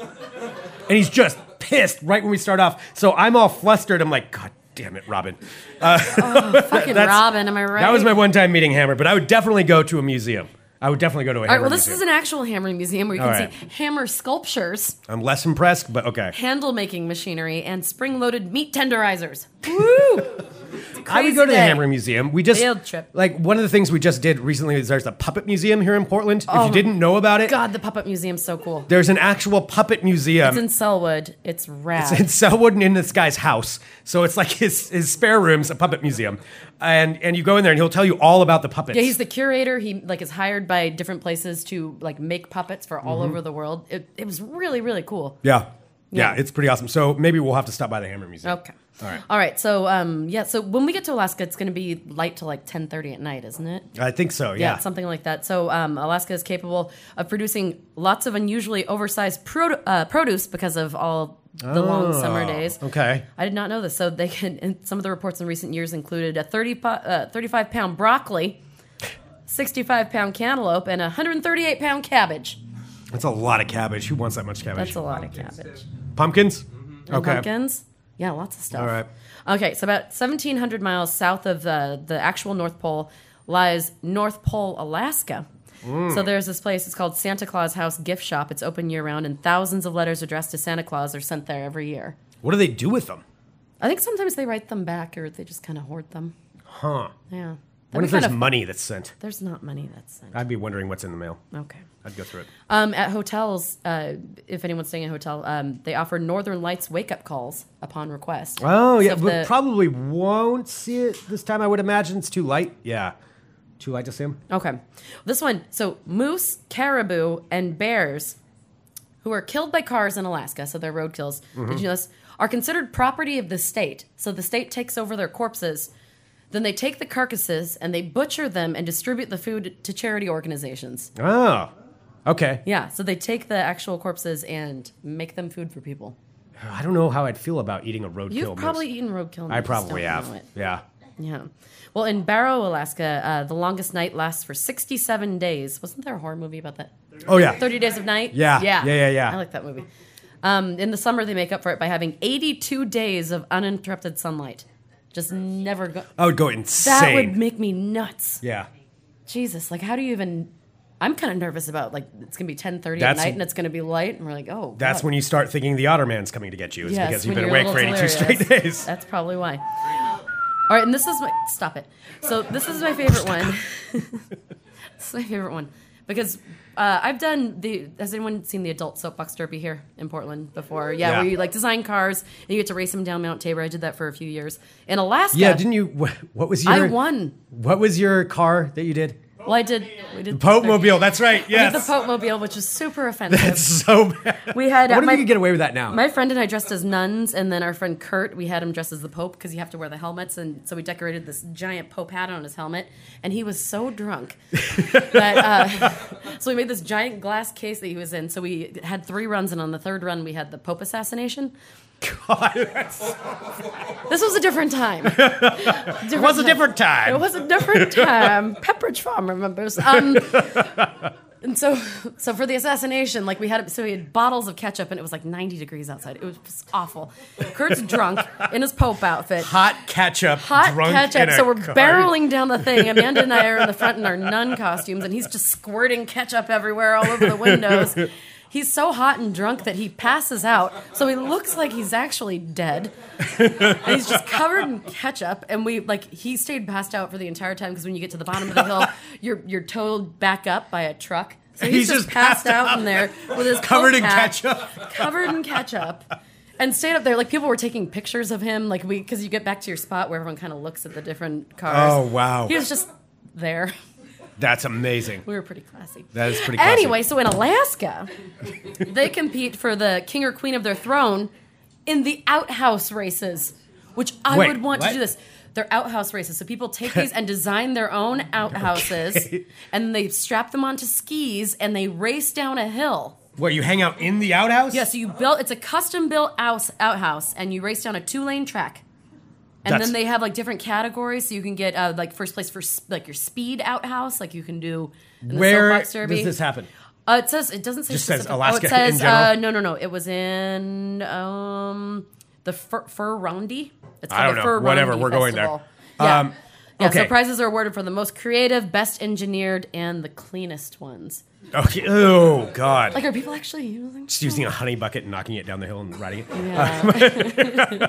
Speaker 1: and he's just pissed right when we start off. So I'm all flustered. I'm like, God damn it, Robin.
Speaker 2: Fucking
Speaker 1: That's-
Speaker 2: Robin, am I right?
Speaker 1: That was my one time meeting Hammer, but I would definitely go to a museum. I would definitely go to a
Speaker 2: All
Speaker 1: Hammer
Speaker 2: right, well, this is
Speaker 1: museum.
Speaker 2: an actual hammer museum where you
Speaker 1: All
Speaker 2: can
Speaker 1: right.
Speaker 2: see hammer sculptures,
Speaker 1: I'm less impressed, but okay.
Speaker 2: handle making machinery, and spring loaded meat tenderizers. Woo!
Speaker 1: I would go to the
Speaker 2: day.
Speaker 1: Hammer Museum. We just
Speaker 2: Field trip.
Speaker 1: like one of the things we just did recently is there's a puppet museum here in Portland. if
Speaker 2: Oh
Speaker 1: you didn't know about it,
Speaker 2: God, the puppet museum's so cool.
Speaker 1: there's an actual puppet museum.
Speaker 2: It's in Selwood. It's rad.
Speaker 1: in Selwood and in this guy's house. So it's like his, his spare room's a puppet museum. And and you go in there and he'll tell you all about the puppets.
Speaker 2: yeah, he's the curator. He like is hired by different places to like make puppets for all
Speaker 1: Mm-hmm.
Speaker 2: over the world. It, it was really really cool.
Speaker 1: yeah.
Speaker 2: Yeah. Oh.
Speaker 1: yeah. it's pretty awesome. So maybe we'll have to stop by the Hammer Museum.
Speaker 2: Okay.
Speaker 1: All right.
Speaker 2: All right. So um yeah, so when we get to Alaska, it's going to be light till like ten thirty at night, isn't it?
Speaker 1: I think so,
Speaker 2: Yeah,
Speaker 1: yeah.
Speaker 2: something like that. So um, Alaska is capable of producing lots of unusually oversized pro- uh, produce because of all the long
Speaker 1: Oh.
Speaker 2: summer days.
Speaker 1: okay.
Speaker 2: I did not know this. So they can. And some of the reports in recent years included a 30, uh, 35 pound broccoli, 65 pound cantaloupe, and a 138 pound cabbage.
Speaker 1: That's a lot of cabbage. Who wants that much cabbage?
Speaker 2: That's a lot of cabbage.
Speaker 1: Pumpkins?
Speaker 2: And Mm-hmm. Pumpkins. Yeah, lots of stuff.
Speaker 1: All right.
Speaker 2: Okay, so about 1,700 miles south of the, the actual North Pole lies North Pole, Alaska.
Speaker 1: Mm.
Speaker 2: So there's this place, it's called Santa Claus House Gift Shop. It's open year round, and thousands of letters addressed to Santa Claus are sent there every year.
Speaker 1: What do they do with them?
Speaker 2: I think sometimes they write them back or they just kind of hoard them.
Speaker 1: Huh.
Speaker 2: Yeah.
Speaker 1: What
Speaker 2: That'd
Speaker 1: if there's
Speaker 2: be kind of-
Speaker 1: money that's sent?
Speaker 2: there's not money that's sent.
Speaker 1: I'd be wondering what's in the mail.
Speaker 2: Okay.
Speaker 1: I'd go through it.
Speaker 2: Um, at hotels, uh, if anyone's staying at a hotel, um, they offer Northern Lights wake up calls upon request.
Speaker 1: Oh
Speaker 2: So
Speaker 1: yeah,
Speaker 2: if
Speaker 1: we
Speaker 2: the-
Speaker 1: probably won't see it this time. I would imagine it's too light. Yeah, too light to see him.
Speaker 2: Okay. This one. So moose, caribou, and bears who are killed by cars in Alaska, so they're roadkills,
Speaker 1: Mm-hmm.
Speaker 2: did you know this, are considered property of the state. So the state takes over their corpses. Then they take the carcasses and they butcher them and distribute the food to charity organizations.
Speaker 1: Oh, okay.
Speaker 2: Yeah, so they take the actual corpses and make them food for people.
Speaker 1: I don't know how I'd feel about eating a roadkill.
Speaker 2: You've
Speaker 1: moose.
Speaker 2: probably eaten roadkill. and
Speaker 1: I
Speaker 2: you just
Speaker 1: probably
Speaker 2: don't
Speaker 1: have.
Speaker 2: know it.
Speaker 1: Yeah.
Speaker 2: Yeah. Well, in Barrow, Alaska, uh, the longest night lasts for 67 days. Wasn't there a horror movie about that?
Speaker 1: Oh yeah.
Speaker 2: 30 Days of Night?
Speaker 1: Yeah.
Speaker 2: Yeah.
Speaker 1: Yeah, yeah, yeah.
Speaker 2: I like that movie. Um, in the summer, they make up for it by having 82 days of uninterrupted sunlight. Just never go.
Speaker 1: I would go
Speaker 2: That
Speaker 1: insane.
Speaker 2: would make me nuts.
Speaker 1: yeah.
Speaker 2: Jesus, like, how do you even. I'm kind of nervous about like it's gonna be 10:30 at
Speaker 1: That's-
Speaker 2: night and it's gonna be light and we're like oh
Speaker 1: That's
Speaker 2: God.
Speaker 1: when you start thinking the Otterman's coming to get you. Is
Speaker 2: Yes,
Speaker 1: because you've
Speaker 2: when
Speaker 1: been
Speaker 2: you're
Speaker 1: awake for 82
Speaker 2: little
Speaker 1: straight
Speaker 2: delirious.
Speaker 1: days.
Speaker 2: That's probably why. All right, and this is my stop it. So this is my favorite one. this is my favorite one because uh, I've done the. Has anyone seen the adult soapbox derby here in Portland before? Yeah,
Speaker 1: Yeah.
Speaker 2: where you like design cars and you get to race them down Mount Tabor. I did that for a few years in Alaska.
Speaker 1: Yeah. Didn't you? wh- What was your?
Speaker 2: I won.
Speaker 1: What was your car that you did?
Speaker 2: Well, I did. We did
Speaker 1: Pope Mobile. That's right.
Speaker 2: We did the
Speaker 1: Yes.
Speaker 2: Pope Mobile, which is super offensive.
Speaker 1: That's so bad.
Speaker 2: we had uh,
Speaker 1: What if
Speaker 2: my-
Speaker 1: you could get away with that now?
Speaker 2: My friend and I dressed as nuns, and then our friend Kurt, we had him dressed as the Pope because you have to wear the helmets, and so we decorated this giant Pope hat on his helmet, and he was so drunk that. Uh, so we made this giant glass case that he was in. So we had three runs, and on the third run, we had the Pope assassination.
Speaker 1: God, that's-
Speaker 2: This was a different time. Different
Speaker 1: it was a different time.
Speaker 2: It was a different time. Pepperidge Farm remembers. Um, and so, so for the assassination, like we had, so we had bottles of ketchup, and it was like 90 degrees outside. It was just awful. Kurt's drunk in his Pope outfit.
Speaker 1: hot ketchup.
Speaker 2: Hot
Speaker 1: drunk in
Speaker 2: ketchup.
Speaker 1: a
Speaker 2: So we're
Speaker 1: car.
Speaker 2: barreling down the thing. Amanda and I are in the front in our nun costumes, and he's just squirting ketchup everywhere, all over the windows. He's so hot and drunk that he passes out. So he looks like he's actually dead. And he's just covered in ketchup. And we like he stayed passed out for the entire time because when you get to the bottom of the hill, you're you're towed back up by a truck. So he's, just, passed, out, in there with his
Speaker 1: Covered
Speaker 2: Coke
Speaker 1: in
Speaker 2: hat,
Speaker 1: ketchup.
Speaker 2: covered in ketchup. And stayed up there like people were taking pictures of him, like we because you get back to your spot where everyone kind of looks at the different cars.
Speaker 1: Oh, wow.
Speaker 2: He was just there.
Speaker 1: That's amazing.
Speaker 2: We were pretty classy.
Speaker 1: That is pretty. classy.
Speaker 2: Anyway, so in Alaska, they compete for the king or queen of their throne in the outhouse races, which I
Speaker 1: Wait,
Speaker 2: would want
Speaker 1: what?
Speaker 2: to do this. They're outhouse races. So people take these and design their own outhouses
Speaker 1: Okay.
Speaker 2: and they strap them onto skis and they race down a hill.
Speaker 1: Where you hang out in the outhouse?
Speaker 2: Yeah, so you built it's a custom built house outhouse and you race down a two lane track. And
Speaker 1: That's-
Speaker 2: then they have like different categories, so you can get uh, like first place for s- like your speed outhouse, like you can do in the
Speaker 1: Where
Speaker 2: soapbox
Speaker 1: does
Speaker 2: derby.
Speaker 1: this happen?
Speaker 2: Uh, it says it doesn't say.
Speaker 1: Just says
Speaker 2: specific-
Speaker 1: Alaska
Speaker 2: Oh, it says
Speaker 1: in general?
Speaker 2: Uh, no, no, no. It was in um, the fur, fur Rondi. It's
Speaker 1: I don't
Speaker 2: the
Speaker 1: know.
Speaker 2: Fur
Speaker 1: Whatever,
Speaker 2: Rondi
Speaker 1: we're going there.
Speaker 2: Festival. Yeah.
Speaker 1: Um,
Speaker 2: yeah, so
Speaker 1: okay.
Speaker 2: prizes are awarded for the most creative, best engineered, and the cleanest ones.
Speaker 1: Okay. Oh God.
Speaker 2: Like, are people actually using?
Speaker 1: Just using a honey bucket and knocking it down the hill and riding it.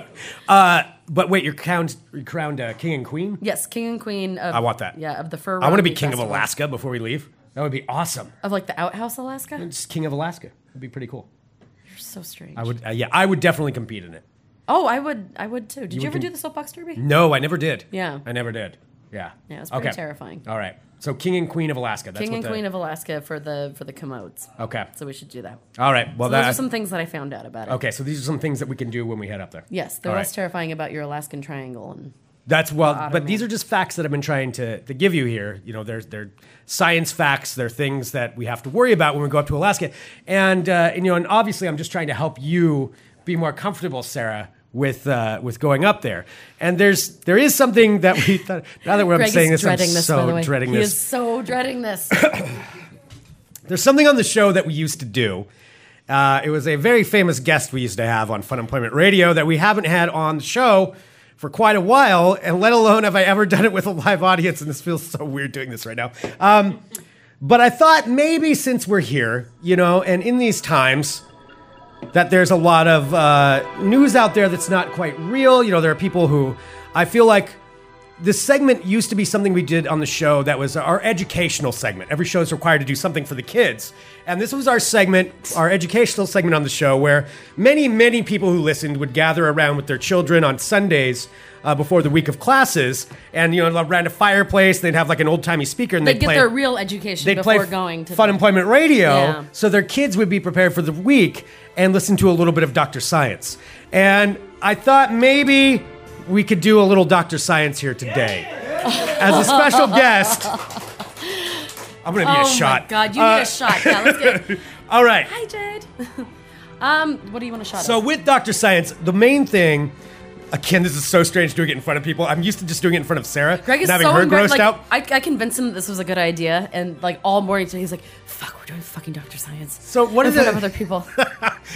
Speaker 2: Yeah.
Speaker 1: But wait, you're crowned, you're crowned uh, king and queen.
Speaker 2: yes, king and queen. Of,
Speaker 1: I want that.
Speaker 2: Yeah, of the fur.
Speaker 1: I want to be
Speaker 2: Rondi
Speaker 1: king of
Speaker 2: Festival.
Speaker 1: Alaska before we leave. That would be awesome.
Speaker 2: Of like the outhouse Alaska.
Speaker 1: Just king of Alaska. That'd be pretty cool.
Speaker 2: You're so strange.
Speaker 1: Mm. I would. Uh, yeah, I would definitely compete in it.
Speaker 2: Oh, I would. I would too. Did you,
Speaker 1: would
Speaker 2: ever
Speaker 1: con- Mm.
Speaker 2: do the soapbox derby?
Speaker 1: No, I never did.
Speaker 2: Yeah.
Speaker 1: I never did. Yeah.
Speaker 2: Yeah, it's pretty terrifying.
Speaker 1: All right. So king and queen of Alaska. Oh, That's
Speaker 2: King
Speaker 1: what
Speaker 2: and
Speaker 1: the-
Speaker 2: queen of Alaska for the for the commodes.
Speaker 1: Okay.
Speaker 2: So we should do that.
Speaker 1: All right. Well,
Speaker 2: So
Speaker 1: that.
Speaker 2: those are some things that I found out about it.
Speaker 1: okay. So these are some things that we can do when we head up there.
Speaker 2: Yes, they're
Speaker 1: All
Speaker 2: less
Speaker 1: right.
Speaker 2: terrifying about your Alaskan triangle. And
Speaker 1: That's well,
Speaker 2: Ottoman.
Speaker 1: but these are just facts that I've been trying to, to give you here. You know, there's they're science facts. They're things that we have to worry about when we go up to Alaska, and uh, and you know, and obviously, I'm just trying to help you be more comfortable, Sarah, with uh, with going up there. And there's there is something that we thought, now that we're
Speaker 2: Greg
Speaker 1: saying
Speaker 2: is
Speaker 1: this, I'm
Speaker 2: dreading this. by the
Speaker 1: so
Speaker 2: way.
Speaker 1: dreading
Speaker 2: He
Speaker 1: this.
Speaker 2: is so dreading this.
Speaker 1: There's something on the show that we used to do, Uh, it was a very famous guest we used to have on Fun Employment Radio that we haven't had on the show for quite a while, and let alone have I ever done it with a live audience. And this feels so weird doing this right now. Um, but I thought maybe since we're here, you know, and in these times, that there's a lot of uh, news out there that's not quite real. You know, there are people who I feel like this segment used to be something we did on the show that was our educational segment. Every show is required to do something for the kids. And this was our segment, our educational segment on the show, where many, many people who listened would gather around with their children on Sundays uh, before the week of classes. And, you know, around a fireplace, they'd have like an old timey speaker and
Speaker 2: They
Speaker 1: they'd,
Speaker 2: get
Speaker 1: play
Speaker 2: their real education
Speaker 1: they'd
Speaker 2: before
Speaker 1: play
Speaker 2: going to
Speaker 1: Fun
Speaker 2: the-
Speaker 1: Employment Radio,
Speaker 2: Yeah.
Speaker 1: so their kids would be prepared for the week and listen to a little bit of Dr. Science. And I thought maybe we could do a little Dr. Science here today as a special guest. I'm gonna need
Speaker 2: oh
Speaker 1: a shot.
Speaker 2: my god, you
Speaker 1: Uh,
Speaker 2: need a shot. Yeah, let's get it.
Speaker 1: All right.
Speaker 2: Hi, Jade. um, what do you want to shot?
Speaker 1: So
Speaker 2: of?
Speaker 1: with Dr. Science, the main thing. Again, this is so strange doing it in front of people. I'm used to just doing it in front of Sarah.
Speaker 2: Greg is
Speaker 1: and having
Speaker 2: so
Speaker 1: her
Speaker 2: embar-
Speaker 1: grossed
Speaker 2: like,
Speaker 1: out.
Speaker 2: I, I convinced him that this was a good idea, and like all morning today, he's like, "Fuck, we're doing fucking Doctor Science."
Speaker 1: So what
Speaker 2: in
Speaker 1: is
Speaker 2: front
Speaker 1: it-
Speaker 2: of other people?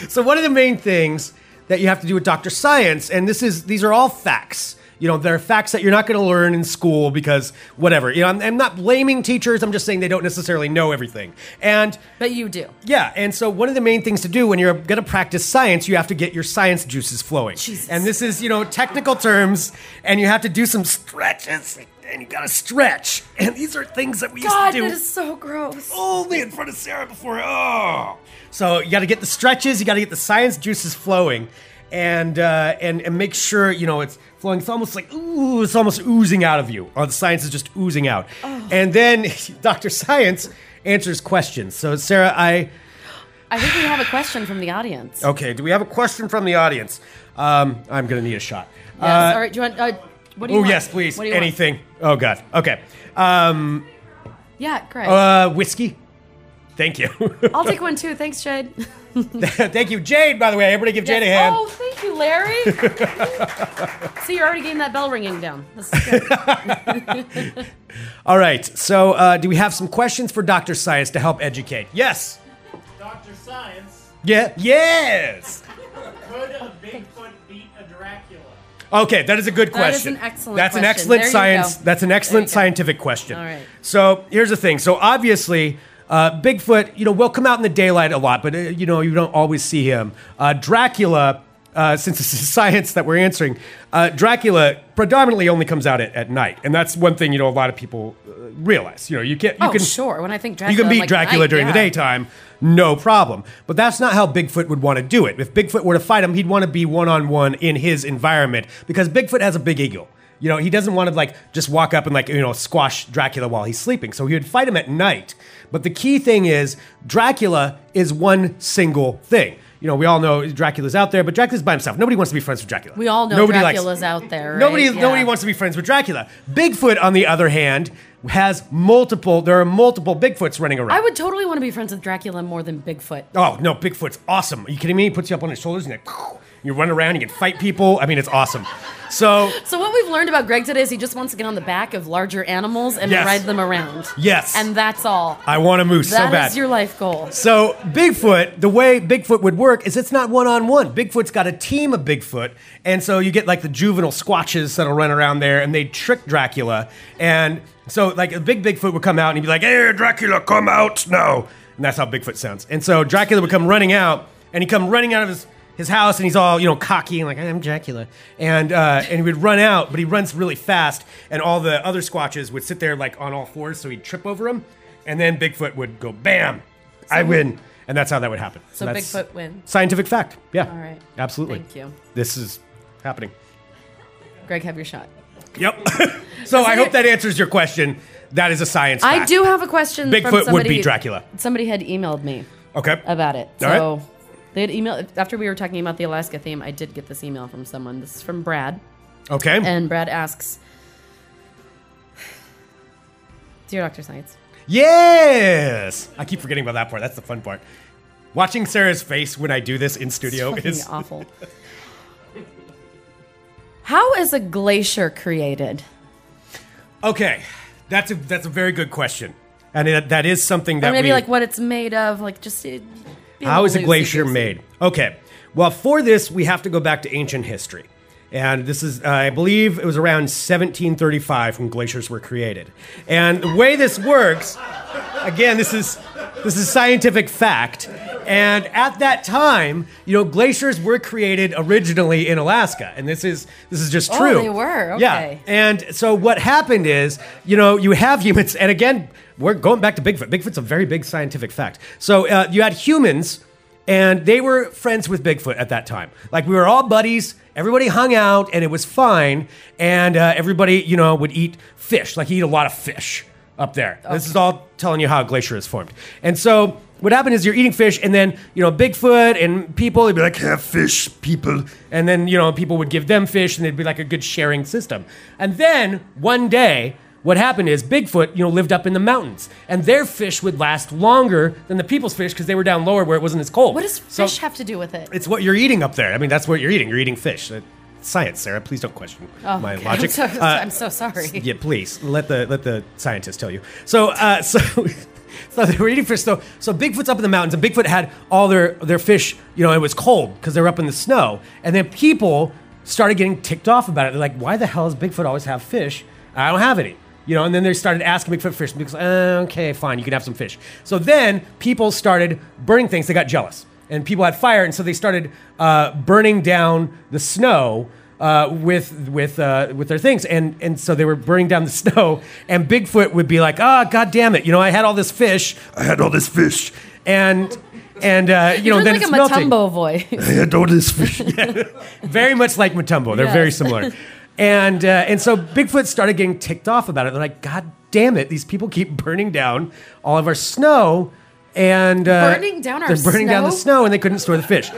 Speaker 1: So one of the main things that you have to do with Dr. Science, and this is these are all facts. You know, they're facts that you're not going to learn in school because whatever. You know, I'm, I'm not blaming teachers. I'm just saying they don't necessarily know everything. And
Speaker 2: but you do.
Speaker 1: yeah, and so one of the main things to do when you're going to practice science, you have to get your science juices flowing.
Speaker 2: Jesus.
Speaker 1: And this is, you know, technical terms, and you have to do some stretches, and you got to stretch. And these are things that we used
Speaker 2: God,
Speaker 1: to do
Speaker 2: that is so gross.
Speaker 1: only in front of Sarah before. Oh, so you got to get the stretches. You got to get the science juices flowing, and uh, and and make sure you know it's flowing. It's almost like ooh, it's almost oozing out of you, or the science is just oozing out.
Speaker 2: Oh.
Speaker 1: And then Doctor Science answers questions. So Sarah, I
Speaker 2: I think we have a question from the audience.
Speaker 1: okay. Do we have a question from the audience? Um, I'm gonna need a shot.
Speaker 2: yes. All right. Do you want? Uh, what do you
Speaker 1: oh
Speaker 2: want?
Speaker 1: yes, please.
Speaker 2: What do you want?
Speaker 1: Anything. Oh god. Okay. Um,
Speaker 2: Yeah, Greg.
Speaker 1: uh, whiskey. Thank you.
Speaker 2: I'll take one too. Thanks, Jade.
Speaker 1: Thank you, Jade. By the way, everybody give Jade a
Speaker 2: Yes.
Speaker 1: hand.
Speaker 2: Oh, thank you, Larry. See, you're already getting that bell ringing down. This is good.
Speaker 1: All right. So, uh, do we have some questions for Dr. Science to help educate? Yes.
Speaker 7: Dr. Science,
Speaker 1: Yeah. Yes.
Speaker 7: could a Bigfoot beat a Dracula?
Speaker 1: Okay, that is a good
Speaker 2: That is
Speaker 1: question.
Speaker 2: an excellent
Speaker 1: That's an
Speaker 2: question.
Speaker 1: excellent
Speaker 2: There you
Speaker 1: science.
Speaker 2: go.
Speaker 1: That's an
Speaker 2: you
Speaker 1: excellent
Speaker 2: go.
Speaker 1: scientific question.
Speaker 2: All right.
Speaker 1: So here's the thing. So obviously, uh, Bigfoot, you know, will come out in the daylight a lot, but uh, you know, you don't always see him. Uh, Dracula, uh, since this is science that we're answering, uh, Dracula predominantly only comes out at, at night, and that's one thing you know a lot of people uh, realize. You know, you can't. You
Speaker 2: oh,
Speaker 1: can
Speaker 2: sure. When I think Dracula,
Speaker 1: You can beat
Speaker 2: I'm like,
Speaker 1: Dracula
Speaker 2: night,
Speaker 1: during the
Speaker 2: yeah.
Speaker 1: daytime, no problem. But that's not how Bigfoot would want to do it. If Bigfoot were to fight him, he'd want to be one on one in his environment because Bigfoot has a big eagle. You know, he doesn't want to like just walk up and like, you know, squash Dracula while he's sleeping. So he would fight him at night. But the key thing is Dracula is one single thing. You know, we all know Dracula's out there, but Dracula's by himself. Nobody wants to be friends with Dracula.
Speaker 2: We all know
Speaker 1: Nobody likes-
Speaker 2: Dracula's out there. Right?
Speaker 1: Nobody,
Speaker 2: Yeah.
Speaker 1: nobody wants to be friends with Dracula. Bigfoot, on the other hand, has multiple. There are multiple Bigfoots running around.
Speaker 2: I would totally want to be friends with Dracula more than Bigfoot.
Speaker 1: Oh no, Bigfoot's awesome. Are you kidding me? He puts you up on his shoulders and like, you run around. You can fight people. I mean, it's awesome. So
Speaker 2: So what we've learned about Greg today is he just wants to get on the back of larger animals and
Speaker 1: Yes.
Speaker 2: ride them around.
Speaker 1: Yes.
Speaker 2: And that's all.
Speaker 1: I want a moose
Speaker 2: That
Speaker 1: so
Speaker 2: is
Speaker 1: bad.
Speaker 2: your life goal.
Speaker 1: So Bigfoot, the way Bigfoot would work is it's not one on one. Bigfoot's got a team of Bigfoot, and so you get like the juvenile squatches that'll run around there, and they trick Dracula. And so like a big Bigfoot would come out and he'd be like, "Hey, Dracula, come out now!" And that's how Bigfoot sounds. And so Dracula would come running out, and he'd come running out of his his house, and he's all you know cocky and like, "I'm Dracula," and uh, and he would run out, but he runs really fast, and all the other squatches would sit there like on all fours, so he'd trip over him, and then Bigfoot would go bam. I win. And that's how that would happen.
Speaker 2: So
Speaker 1: And that's
Speaker 2: Bigfoot win.
Speaker 1: Scientific fact. Yeah.
Speaker 2: All right.
Speaker 1: Absolutely.
Speaker 2: Thank you.
Speaker 1: This is happening.
Speaker 2: Greg, have your shot.
Speaker 1: Yep. so I hope that answers your question. That is a science
Speaker 2: I
Speaker 1: fact.
Speaker 2: do have a question. from
Speaker 1: Bigfoot would
Speaker 2: somebody-
Speaker 1: be Dracula.
Speaker 2: Somebody had emailed me
Speaker 1: Okay.
Speaker 2: about it.
Speaker 1: All right.
Speaker 2: So they had emailed after we were talking about the Alaska theme. I did get this email from someone. This is from Brad,
Speaker 1: Okay.
Speaker 2: and Brad asks, "Dear Doctor Science,
Speaker 1: yes. I keep forgetting about that part. That's the fun part. Watching Sarah's face when I do this in studio
Speaker 2: fucking
Speaker 1: is
Speaker 2: awful. How is a glacier created?
Speaker 1: Okay. That's a that's a very good question. And it, that is something that
Speaker 2: Or maybe
Speaker 1: we
Speaker 2: like what it's made of, like just uh,
Speaker 1: How is a
Speaker 2: loosey-goosey.
Speaker 1: glacier made? Okay. Well, for this, we have to go back to ancient history. And this is, uh, I believe it was around 1735 when glaciers were created. And the way this works, again, this is, this is scientific fact. And at that time, you know, glaciers were created originally in Alaska. And this is, this is just
Speaker 2: Oh,
Speaker 1: true.
Speaker 2: they were?
Speaker 1: Yeah.
Speaker 2: Okay.
Speaker 1: And so what happened is, you know, you have humans, and again, we're going back to Bigfoot. Bigfoot's a very big scientific fact. So uh, you had humans, and they were friends with Bigfoot at that time. Like we were all buddies. Everybody hung out, and it was fine. And uh, everybody, you know, would eat fish. Like you eat a lot of fish up there. This is all telling you how a glacier is formed. And so what happened is you're eating fish, and then you know Bigfoot and people they'd be like, "Have fish, people," and then you know people would give them fish, and they'd be like a good sharing system. And then one day, what happened is Bigfoot you know lived up in the mountains, and their fish would last longer than the people's fish because they were down lower where it wasn't as cold.
Speaker 2: What does
Speaker 1: So-
Speaker 2: fish have to do with it?
Speaker 1: it's what you're eating up there. I mean, that's what you're eating. You're eating fish. Uh, Science, Sarah. Please don't question my
Speaker 2: Oh, okay.
Speaker 1: logic.
Speaker 2: I'm so,
Speaker 1: Uh,
Speaker 2: I'm so sorry.
Speaker 1: yeah, please let the let the scientists tell you. So, uh, so, so they were eating fish. So, so Bigfoot's up in the mountains, and Bigfoot had all their their fish. You know, it was cold because they were up in the snow, and then people started getting ticked off about it. They're like, "Why the hell does Bigfoot always have fish? I don't have any." You know, and then they started asking Bigfoot for fish. And Bigfoot's like, "Uh, okay, fine, you can have some fish. So then people started burning things. They got jealous, and people had fire, and so they started uh, burning down the snow uh, with with uh, with their things, and and so they were burning down the snow. And Bigfoot would be like, "Ah, god damn it! You know, I had all this fish. I had all this fish, and and uh, you,
Speaker 2: You
Speaker 1: know,
Speaker 2: look
Speaker 1: then
Speaker 2: like
Speaker 1: it's
Speaker 2: a
Speaker 1: melting.
Speaker 2: Matumbo voice.
Speaker 1: I had all this fish. very much like Matumbo. They're
Speaker 2: Yes.
Speaker 1: very similar. And uh, and so Bigfoot started getting ticked off about it. They're like, "God damn it! These people keep burning down all of our snow." And uh,
Speaker 2: Burning down our
Speaker 1: they're burning down the
Speaker 2: snow?
Speaker 1: snow, and they couldn't store the fish.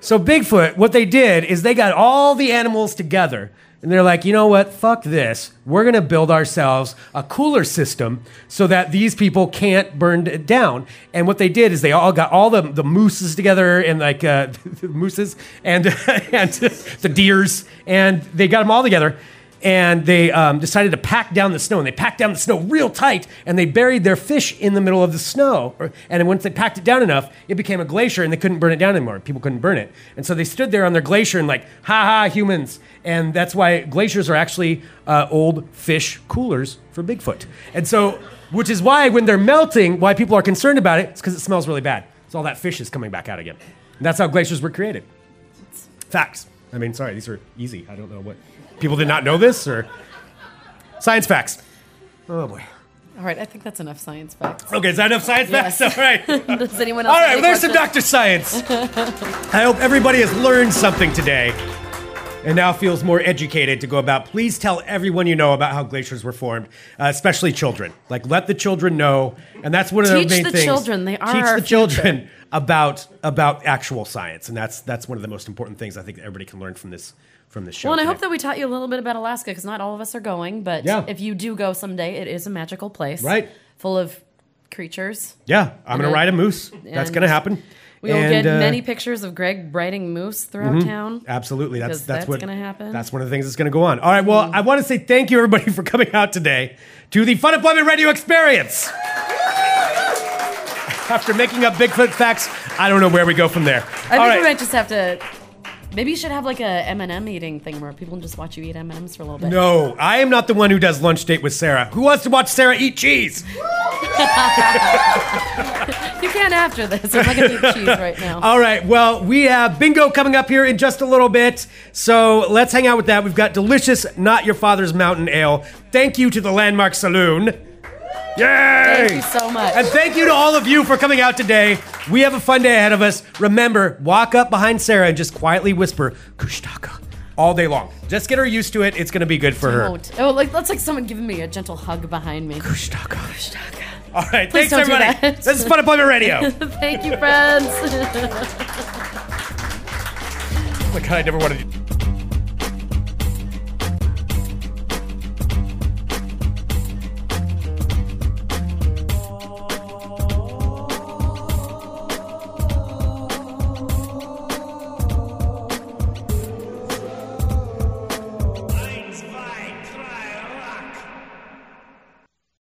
Speaker 1: So Bigfoot, what they did is they got all the animals together, and they're like, "You know what? Fuck this. We're gonna build ourselves a cooler system so that these people can't burn it down." And what they did is they all got all the the mooses together and like uh, the mooses and and the deers, and they got them all together and they um, decided to pack down the snow and they packed down the snow real tight and they buried their fish in the middle of the snow Or- and then once they packed it down enough it became a glacier and they couldn't burn it down anymore people couldn't burn it and so they stood there on their glacier and like ha ha humans and that's why glaciers are actually uh, old fish coolers for bigfoot and so which is why when they're melting why people are concerned about it it's because it smells really bad so all that fish is coming back out again and that's how glaciers were created Facts. I mean, sorry, these are easy. I don't know what people did not know this or science facts. Oh boy.
Speaker 2: All right, I think that's enough science facts.
Speaker 1: Okay, is that enough science
Speaker 2: Yes.
Speaker 1: facts? All right. All
Speaker 2: Does anyone else?
Speaker 1: right,
Speaker 2: have
Speaker 1: well,
Speaker 2: any
Speaker 1: there's some
Speaker 2: questions?
Speaker 1: Dr. Science. I hope everybody has learned something today and now feels more educated to go about. Please tell everyone you know about how glaciers were formed, uh, especially children. Like, let the children know. And that's one of
Speaker 2: Teach
Speaker 1: the main
Speaker 2: the
Speaker 1: things.
Speaker 2: children. They are
Speaker 1: Teach
Speaker 2: our
Speaker 1: the children about about actual science. And that's that's one of the most important things I think that everybody can learn from this from this show.
Speaker 2: Well, and I
Speaker 1: today.
Speaker 2: hope that we taught you a little bit about Alaska because not all of us are going, but
Speaker 1: Yeah.
Speaker 2: if you do go someday, it is a magical place.
Speaker 1: Right.
Speaker 2: Full of creatures.
Speaker 1: Yeah, I'm gonna
Speaker 2: And, uh,
Speaker 1: ride a moose. That's
Speaker 2: and
Speaker 1: gonna happen.
Speaker 2: We will
Speaker 1: And,
Speaker 2: get
Speaker 1: uh, Mm-hmm.
Speaker 2: many pictures of Greg riding moose throughout town.
Speaker 1: Absolutely, that's
Speaker 2: because
Speaker 1: that's,
Speaker 2: that's
Speaker 1: what
Speaker 2: gonna happen. Hmm.
Speaker 1: That's one of the things that's gonna go on. All right. Well, I want to say thank you everybody for coming out today to the Fun Employment Radio Experience. After making up Bigfoot facts, I don't know where we go from there.
Speaker 2: I
Speaker 1: All
Speaker 2: think
Speaker 1: right.
Speaker 2: we might just have to. Maybe you should have like a M&M eating thing where people just watch you eat M&Ms for a little bit.
Speaker 1: no, I am not the one who does lunch date with Sarah. Who wants to watch Sarah eat cheese?
Speaker 2: You can't after this. I'm not gonna eat cheese right now.
Speaker 1: All right. Well, we have bingo coming up here in just a little bit. So let's hang out with that. We've got delicious Not Your Father's Mountain Ale. Thank you to the Landmark Saloon. Yay!
Speaker 2: Thank you so much.
Speaker 1: And thank you to all of you for coming out today. We have a fun day ahead of us. Remember, walk up behind Sarah and just quietly whisper, Kushtaka, all day long. Just get her used to it. It's going to be good for her.
Speaker 2: Don't. Oh, like that's like someone giving me a gentle hug behind me.
Speaker 1: Kushtaka. All right. thanks,
Speaker 2: Please don't do
Speaker 1: everybody.
Speaker 2: that.
Speaker 1: This is Fun Employment Radio.
Speaker 2: Thank you, friends.
Speaker 1: Oh my God, I never wanted to.